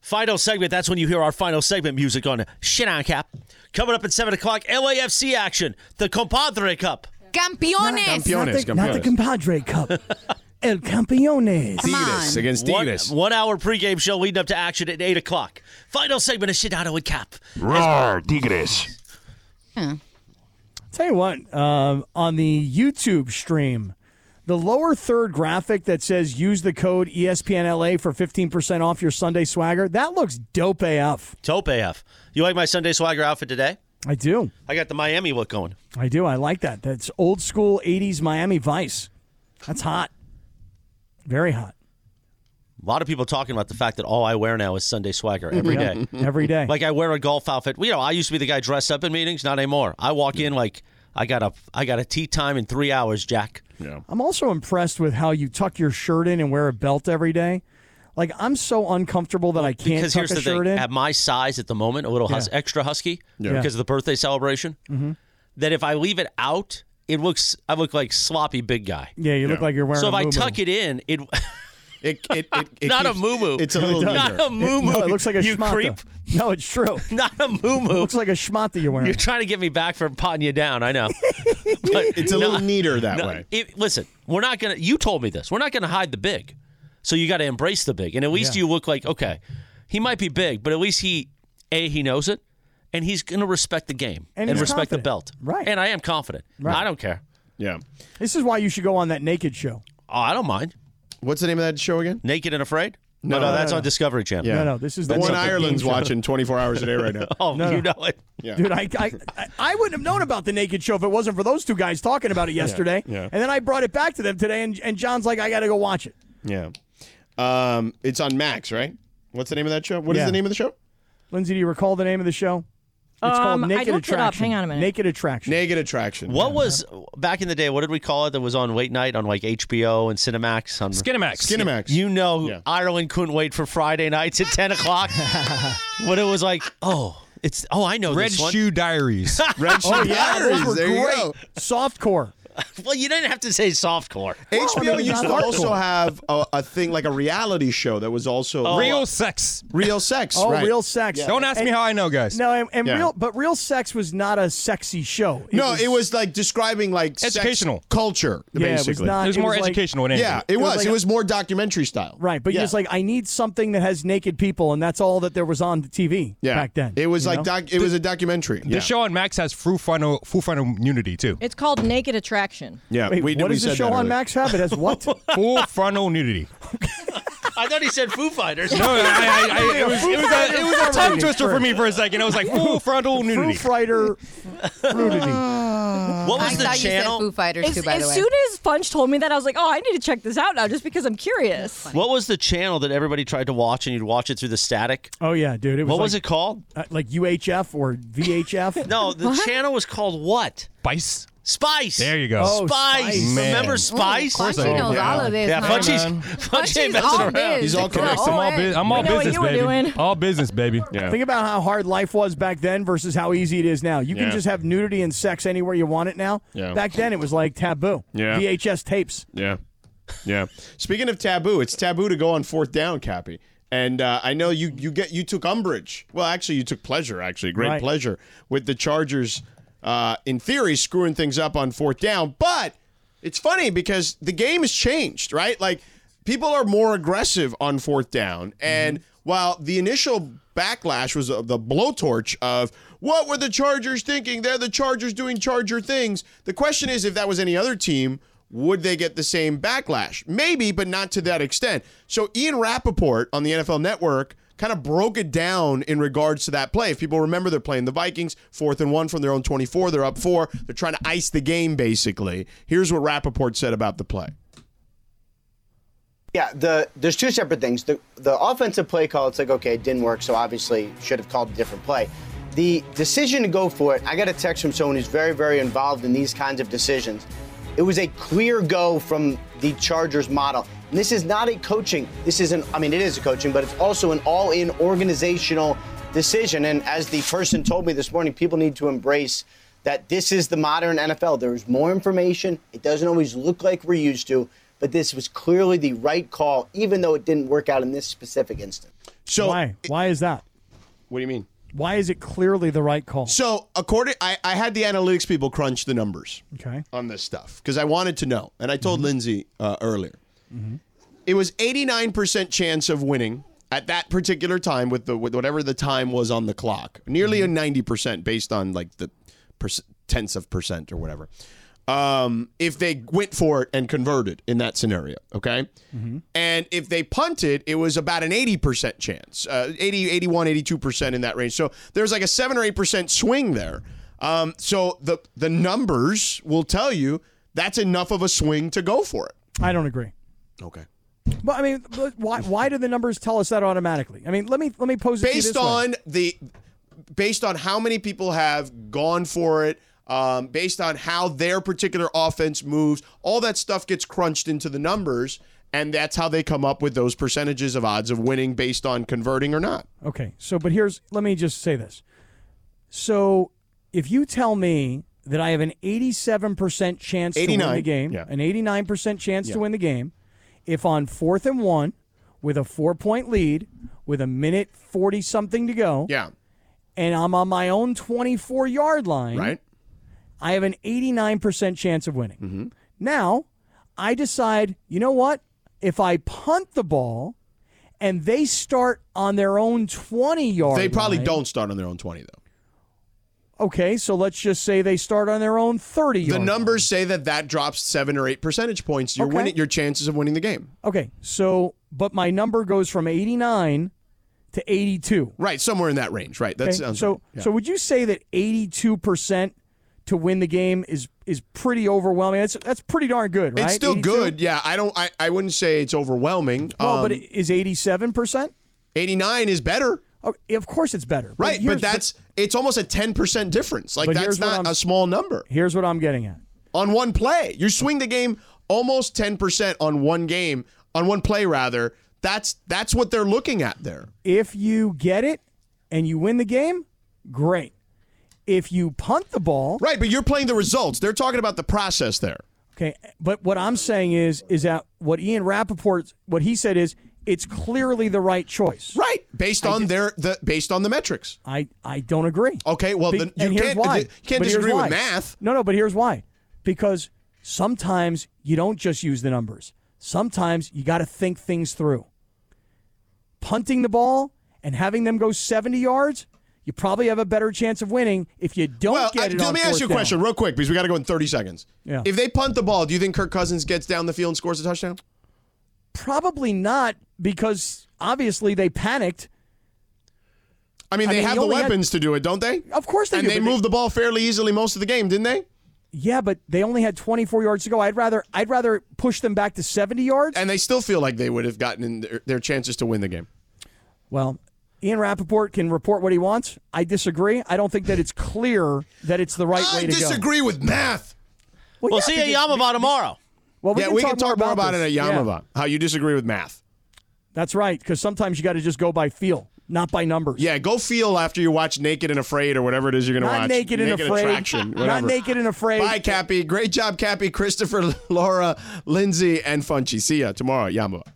[SPEAKER 2] Final segment. That's when you hear our final segment music on Shit on Cap. Coming up at 7 o'clock, LAFC action, the Compadre Cup.
[SPEAKER 6] Campeones.
[SPEAKER 4] Campeones,
[SPEAKER 3] Not the
[SPEAKER 4] campeones.
[SPEAKER 3] compadre cup. El campeones.
[SPEAKER 6] Come on.
[SPEAKER 4] Tigres against
[SPEAKER 2] One,
[SPEAKER 4] Tigres.
[SPEAKER 2] one hour pregame show leading up to action at 8 o'clock. Final segment of Sedano and Cap.
[SPEAKER 9] Roar, Tigres.
[SPEAKER 3] Tell you what, um, on the YouTube stream, the lower third graphic that says use the code E ESPNLA for 15% off your Sunday swagger, that looks dope AF.
[SPEAKER 2] Tope F. You like my Sunday Swagger outfit today?
[SPEAKER 3] I do.
[SPEAKER 2] I got the Miami look going.
[SPEAKER 3] I do. I like that. That's old school 80s Miami Vice. That's hot. Very hot.
[SPEAKER 2] A lot of people talking about the fact that all I wear now is Sunday swagger every day.
[SPEAKER 3] Every day.
[SPEAKER 2] like I wear a golf outfit. You know, I used to be the guy dressed up in meetings. Not anymore. I walk in like I got a I got a tea time in three hours, Jack.
[SPEAKER 3] I'm also impressed with how you tuck your shirt in and wear a belt every day. Like I'm so uncomfortable that I can't
[SPEAKER 2] Because
[SPEAKER 3] tuck
[SPEAKER 2] here's
[SPEAKER 3] a
[SPEAKER 2] the
[SPEAKER 3] shirt
[SPEAKER 2] thing:
[SPEAKER 3] in.
[SPEAKER 2] at my size at the moment, a little hus- extra husky because of the birthday celebration.
[SPEAKER 3] Mm-hmm.
[SPEAKER 2] That if I leave it out, it looks I look like sloppy big guy.
[SPEAKER 3] yeah, you look like you're wearing.
[SPEAKER 2] So
[SPEAKER 3] a
[SPEAKER 2] if I
[SPEAKER 3] moo-moo.
[SPEAKER 2] tuck it in, it
[SPEAKER 4] It, it, it, it
[SPEAKER 2] not
[SPEAKER 4] keeps-
[SPEAKER 2] a moo moo.
[SPEAKER 4] It's a little
[SPEAKER 2] not
[SPEAKER 4] neater.
[SPEAKER 2] a moo moo.
[SPEAKER 3] no, it looks like a
[SPEAKER 2] you
[SPEAKER 3] schmata.
[SPEAKER 2] creep.
[SPEAKER 3] No, it's true. It
[SPEAKER 2] Not a moo moo.
[SPEAKER 3] looks like a schmata you're wearing.
[SPEAKER 2] You're trying to get me back for potting you down. I know. But
[SPEAKER 4] It's a
[SPEAKER 2] no,
[SPEAKER 4] little neater that
[SPEAKER 2] no,
[SPEAKER 4] way.
[SPEAKER 2] uh, it- listen, we're not gonna. You told me this. We're not gonna hide the big. So you got to embrace the big, and at least you look like okay. He might be big, but at least he a he knows it, and he's gonna respect the game and,
[SPEAKER 3] And he's
[SPEAKER 2] respect the
[SPEAKER 3] confident.
[SPEAKER 2] belt.
[SPEAKER 3] Right.
[SPEAKER 2] And I am confident. I don't care.
[SPEAKER 4] Yeah.
[SPEAKER 3] This is why you should go on that naked show.
[SPEAKER 2] Oh, I don't mind.
[SPEAKER 4] What's the name of that show again?
[SPEAKER 2] Naked and Afraid? No, no,
[SPEAKER 4] no,
[SPEAKER 2] that's
[SPEAKER 3] no.
[SPEAKER 2] on Discovery Channel.
[SPEAKER 3] No, no, this is
[SPEAKER 4] the
[SPEAKER 3] the
[SPEAKER 4] one
[SPEAKER 3] Muppet Game
[SPEAKER 4] Ireland's
[SPEAKER 3] Show.
[SPEAKER 4] watching 24 hours a day right now.
[SPEAKER 2] Oh,
[SPEAKER 3] No,
[SPEAKER 2] you
[SPEAKER 3] no.
[SPEAKER 2] know it.
[SPEAKER 4] Yeah.
[SPEAKER 3] Dude, I, I I- I wouldn't have known about the naked show if it wasn't for those two guys talking about it yesterday.
[SPEAKER 4] yeah.
[SPEAKER 3] And then I brought it back to them today, and, and John's like, I got to go watch it.
[SPEAKER 4] Yeah. Um, it's on Max, right? What's the name of that show? What is
[SPEAKER 3] Yeah.
[SPEAKER 4] the name of the show?
[SPEAKER 3] Lindsay, do you recall the name of the show? It's
[SPEAKER 5] Um,
[SPEAKER 3] called
[SPEAKER 5] I
[SPEAKER 3] Naked
[SPEAKER 5] looked it up.
[SPEAKER 3] Attraction.
[SPEAKER 5] Hang on a minute.
[SPEAKER 3] Naked Attraction.
[SPEAKER 4] Naked Attraction.
[SPEAKER 2] What was back in the day? What did we call it? That was on late night on like HBO and Cinemax. On
[SPEAKER 10] Skinemax.
[SPEAKER 4] Skinemax.
[SPEAKER 2] You know,
[SPEAKER 4] Yeah.
[SPEAKER 2] Ireland couldn't wait for Friday nights at ten o'clock when it was like, oh, it's oh, I know
[SPEAKER 10] Red
[SPEAKER 2] this one.
[SPEAKER 10] Shoe Diaries.
[SPEAKER 4] Red Shoe
[SPEAKER 3] Oh, yeah, those were
[SPEAKER 4] Diaries. There you
[SPEAKER 3] great.
[SPEAKER 4] go.
[SPEAKER 3] Softcore.
[SPEAKER 2] Well, you didn't have to say softcore.
[SPEAKER 3] I
[SPEAKER 4] HBO
[SPEAKER 3] mean,
[SPEAKER 4] used to
[SPEAKER 3] hardcore.
[SPEAKER 4] also have a, a thing like a reality show that was also
[SPEAKER 10] Real sex.
[SPEAKER 4] real sex.
[SPEAKER 3] Oh,
[SPEAKER 4] right.
[SPEAKER 3] real sex.
[SPEAKER 10] Don't ask me how I know, guys.
[SPEAKER 3] No, and, and
[SPEAKER 4] Yeah.
[SPEAKER 3] real, but real sex was not a sexy show.
[SPEAKER 4] No, it was like describing like sex
[SPEAKER 10] Educational.
[SPEAKER 4] culture.
[SPEAKER 3] yeah,
[SPEAKER 4] basically.
[SPEAKER 3] it was not.
[SPEAKER 10] There's
[SPEAKER 3] it
[SPEAKER 10] more
[SPEAKER 3] was like-
[SPEAKER 10] educational in it.
[SPEAKER 4] Yeah, it,
[SPEAKER 3] It was
[SPEAKER 4] was.
[SPEAKER 3] like
[SPEAKER 4] it
[SPEAKER 3] a-
[SPEAKER 4] was more documentary style.
[SPEAKER 3] Right, but
[SPEAKER 4] yeah.
[SPEAKER 3] you're just like, I need something that has naked people, and that's all that there was on the TV
[SPEAKER 4] yeah.
[SPEAKER 3] back then.
[SPEAKER 4] It was
[SPEAKER 3] you
[SPEAKER 4] like
[SPEAKER 3] know?
[SPEAKER 4] doc, it was a documentary.
[SPEAKER 10] The
[SPEAKER 4] yeah.
[SPEAKER 10] show on Max has full frontal, full frontal nudity too.
[SPEAKER 5] It's called Naked Attraction.
[SPEAKER 4] Yeah,
[SPEAKER 3] Wait,
[SPEAKER 4] we,
[SPEAKER 3] what
[SPEAKER 4] we
[SPEAKER 3] is the
[SPEAKER 4] said
[SPEAKER 3] show
[SPEAKER 4] that
[SPEAKER 3] on
[SPEAKER 4] earlier.
[SPEAKER 3] Max Have? It has what?
[SPEAKER 10] Full frontal nudity.
[SPEAKER 2] I thought he said Foo Fighters.
[SPEAKER 10] No, I, I, I, it, was, it, was a, it was a tongue twister for me for a second. I was like, full frontal
[SPEAKER 3] Foo
[SPEAKER 10] nudity.
[SPEAKER 3] Fighter nudity.
[SPEAKER 2] What was
[SPEAKER 6] I
[SPEAKER 2] the
[SPEAKER 6] thought
[SPEAKER 2] channel?
[SPEAKER 6] you said Foo Fighters
[SPEAKER 5] As,
[SPEAKER 6] too, by
[SPEAKER 5] as
[SPEAKER 6] the way.
[SPEAKER 5] soon as Funch told me that, I was like, oh, I need to check this out now just because I'm curious.
[SPEAKER 2] what was the channel that everybody tried to watch and you'd watch it through the static?
[SPEAKER 3] Oh yeah, dude. It was
[SPEAKER 2] What
[SPEAKER 3] like,
[SPEAKER 2] was it called?
[SPEAKER 3] uh, like UHF or VHF?
[SPEAKER 2] No, the channel was called what?
[SPEAKER 10] Spice.
[SPEAKER 2] Spice.
[SPEAKER 10] There you go.
[SPEAKER 3] Oh,
[SPEAKER 2] Spice.
[SPEAKER 3] Spice.
[SPEAKER 10] Man.
[SPEAKER 2] Remember
[SPEAKER 10] Ooh,
[SPEAKER 2] Spice?
[SPEAKER 6] Crunchy knows all of this.
[SPEAKER 2] yeah,
[SPEAKER 6] man.
[SPEAKER 2] Funchy's,
[SPEAKER 6] Crunchy's
[SPEAKER 2] Funchy ain't messing
[SPEAKER 6] all
[SPEAKER 2] around.
[SPEAKER 6] biz.
[SPEAKER 4] He's all
[SPEAKER 6] It's
[SPEAKER 4] connected.
[SPEAKER 10] I'm all,
[SPEAKER 6] in.
[SPEAKER 10] bu- I'm all
[SPEAKER 5] know what
[SPEAKER 10] business,
[SPEAKER 5] you were
[SPEAKER 10] baby.
[SPEAKER 5] doing.
[SPEAKER 10] All business, baby. Yeah.
[SPEAKER 3] Think about how hard life was back then versus how easy it is now. You can just have nudity and sex anywhere you want it now.
[SPEAKER 4] Yeah.
[SPEAKER 3] Back then, it was like taboo.
[SPEAKER 4] Yeah.
[SPEAKER 3] VHS tapes.
[SPEAKER 4] Yeah. Yeah. Speaking of taboo, it's taboo to go on fourth down, Cappy. And uh, I know you you get you took umbrage. Well, actually, you took pleasure. Actually, great
[SPEAKER 3] Right.
[SPEAKER 4] pleasure with the Chargers. Uh, in theory, screwing things up on fourth down, but it's funny because the game has changed, right? Like people are more aggressive on fourth down, and while the initial backlash was uh, the blowtorch of what were the Chargers thinking? They're the Chargers doing Charger things. The question is, if that was any other team, would they get the same backlash? Maybe, but not to that extent. So Ian Rappaport on the NFL Network kind of broke it down in regards to that play. If people remember, they're playing the Vikings, fourth and one from their own 24. They're up four. They're trying to ice the game, basically. Here's what Rappaport said about the play.
[SPEAKER 11] Yeah, the there's two separate things. The the offensive play call, it's like okay, it didn't work, so obviously should have called a different play. The decision to go for it, I got a text from someone who's very, very involved in these kinds of decisions. It was a clear go from the Chargers model. And this is not a coaching. This isn't I mean it is a coaching, but it's also an all-in organizational decision. And as the person told me this morning, people need to embrace that this is the modern NFL. There is more information. It doesn't always look like we're used to, but this was clearly the right call, even though it didn't work out in this specific instance.
[SPEAKER 4] So
[SPEAKER 3] Why? Why is that?
[SPEAKER 4] What do you mean?
[SPEAKER 3] Why is it clearly the right call?
[SPEAKER 4] So according, I, I had the analytics people crunch the numbers.
[SPEAKER 3] Okay.
[SPEAKER 4] on this stuff because I wanted to know, and I told Lindsay uh, earlier. It was 89% chance of winning at that particular time with the with whatever the time was on the clock, nearly a 90% based on like the perc- tenths of percent or whatever. Um, if they went for it and converted in that scenario, okay, and if they punted, it was about an 80% chance, uh, 80, 81, 82% in that range. So there's like a seven or eight percent swing there. Um, so the the numbers will tell you that's enough of a swing to go for it.
[SPEAKER 3] I don't agree.
[SPEAKER 4] Okay.
[SPEAKER 3] But I mean, but why? Why do the numbers tell us that automatically? I mean, let me let me pose it to you
[SPEAKER 4] Based
[SPEAKER 3] this way.
[SPEAKER 4] on the based on how many people have gone for it, um, based on how their particular offense moves, all that stuff gets crunched into the numbers, and that's how they come up with those percentages of odds of winning based on converting or not.
[SPEAKER 3] Okay. So, but here's, let me just say this. So, if you tell me that I have an 87% chance to win the
[SPEAKER 4] 89,
[SPEAKER 3] game,
[SPEAKER 4] yeah.
[SPEAKER 3] an 89% chance to win the game, if on fourth and one with a four point lead, with a minute 40 something to go,
[SPEAKER 4] Yeah.
[SPEAKER 3] and I'm on my own 24 yard line,
[SPEAKER 4] Right.
[SPEAKER 3] I have an 89% chance of winning.
[SPEAKER 4] Mm-hmm.
[SPEAKER 3] Now, I decide, you know what? If I punt the ball and they start on their own 20 yard
[SPEAKER 4] They probably
[SPEAKER 3] line-
[SPEAKER 4] don't start on their own twenty though.
[SPEAKER 3] Okay, so let's just say they start on their own 30
[SPEAKER 4] The
[SPEAKER 3] yard.
[SPEAKER 4] numbers say that that drops seven or eight percentage points. You're
[SPEAKER 3] Okay.
[SPEAKER 4] winning your chances of winning the game.
[SPEAKER 3] Okay, so but my number goes from 89 to 82.
[SPEAKER 4] Right, somewhere in that range. Right. That
[SPEAKER 3] Okay,
[SPEAKER 4] sounds
[SPEAKER 3] so
[SPEAKER 4] right. Yeah.
[SPEAKER 3] so would you say that 82% to win the game is is pretty overwhelming? That's that's pretty darn good, right?
[SPEAKER 4] It's still
[SPEAKER 3] 82?
[SPEAKER 4] good. Yeah, I don't. I, I wouldn't say it's overwhelming.
[SPEAKER 3] Well, but
[SPEAKER 4] Um,
[SPEAKER 3] is 87%?
[SPEAKER 4] 89 is better.
[SPEAKER 3] of course it's better. But
[SPEAKER 4] Right, but,
[SPEAKER 3] here's-
[SPEAKER 4] that's it's almost a 10% difference. Like
[SPEAKER 3] But
[SPEAKER 4] that's
[SPEAKER 3] here's what
[SPEAKER 4] not
[SPEAKER 3] I'm-
[SPEAKER 4] a small number.
[SPEAKER 3] Here's what I'm getting at.
[SPEAKER 4] On one play, you swing the game almost 10% on one game, on one play rather. That's that's what they're looking at there.
[SPEAKER 3] If you get it and you win the game, great. If you punt the ball,
[SPEAKER 4] Right, but you're playing the results. They're talking about the process there.
[SPEAKER 3] okay. But what I'm saying is, is that what Ian Rappaport, what he said is, it's clearly the right choice.
[SPEAKER 4] Right, based on their the based on the metrics.
[SPEAKER 3] I I don't agree.
[SPEAKER 4] Okay, well
[SPEAKER 3] Be-
[SPEAKER 4] then you
[SPEAKER 3] and here's
[SPEAKER 4] can't
[SPEAKER 3] why.
[SPEAKER 4] you can't
[SPEAKER 3] But here's
[SPEAKER 4] disagree
[SPEAKER 3] why.
[SPEAKER 4] with math.
[SPEAKER 3] No, no, but here's why. Because sometimes you don't just use the numbers. Sometimes you got to think things through. Punting the ball and having them go 70 yards, you probably have a better chance of winning if you don't
[SPEAKER 4] Well,
[SPEAKER 3] get
[SPEAKER 4] I-
[SPEAKER 3] it.
[SPEAKER 4] let
[SPEAKER 3] on
[SPEAKER 4] me ask
[SPEAKER 3] fourth
[SPEAKER 4] you a
[SPEAKER 3] down.
[SPEAKER 4] question real quick because we got to go in 30 seconds.
[SPEAKER 3] Yeah.
[SPEAKER 4] If they punt the ball, do you think Kirk Cousins gets down the field and scores a touchdown?
[SPEAKER 3] Probably not because obviously they panicked.
[SPEAKER 4] I mean,
[SPEAKER 3] I
[SPEAKER 4] they
[SPEAKER 3] mean,
[SPEAKER 4] have
[SPEAKER 3] you
[SPEAKER 4] the
[SPEAKER 3] only had-
[SPEAKER 4] weapons to do it, don't they?
[SPEAKER 3] Of course they
[SPEAKER 4] and
[SPEAKER 3] do,
[SPEAKER 4] they
[SPEAKER 3] but they-
[SPEAKER 4] moved the ball fairly easily most of the game, didn't they?
[SPEAKER 3] Yeah, but they only had 24 yards to go. I'd rather I'd rather push them back to 70 yards.
[SPEAKER 4] And they still feel like they would have gotten in their, their chances to win the game.
[SPEAKER 3] Well, Ian Rappaport can report what he wants. I disagree. I don't think that it's clear that it's the right
[SPEAKER 4] I
[SPEAKER 3] way to go.
[SPEAKER 4] disagree with math.
[SPEAKER 3] Well,
[SPEAKER 2] We'll
[SPEAKER 3] yeah,
[SPEAKER 2] see you at
[SPEAKER 3] because-
[SPEAKER 2] Yamava tomorrow.
[SPEAKER 3] Well, we
[SPEAKER 4] yeah,
[SPEAKER 3] can
[SPEAKER 4] we
[SPEAKER 3] talk
[SPEAKER 4] can talk more about, it
[SPEAKER 3] this.
[SPEAKER 4] at
[SPEAKER 3] Yeah,
[SPEAKER 4] Yamava. How you disagree with math?
[SPEAKER 3] that's right, because sometimes you got to just go by feel, not by numbers.
[SPEAKER 4] Yeah, go feel after you watch Naked and Afraid or whatever it is you're going to
[SPEAKER 3] Not
[SPEAKER 4] watch.
[SPEAKER 3] naked and afraid.
[SPEAKER 4] Attraction,
[SPEAKER 3] Not
[SPEAKER 4] whatever.
[SPEAKER 3] naked and afraid.
[SPEAKER 4] Bye, Cappy. Great job, Cappy, Christopher, Laura, Lindsay, and Funchy. See ya tomorrow at Yamava.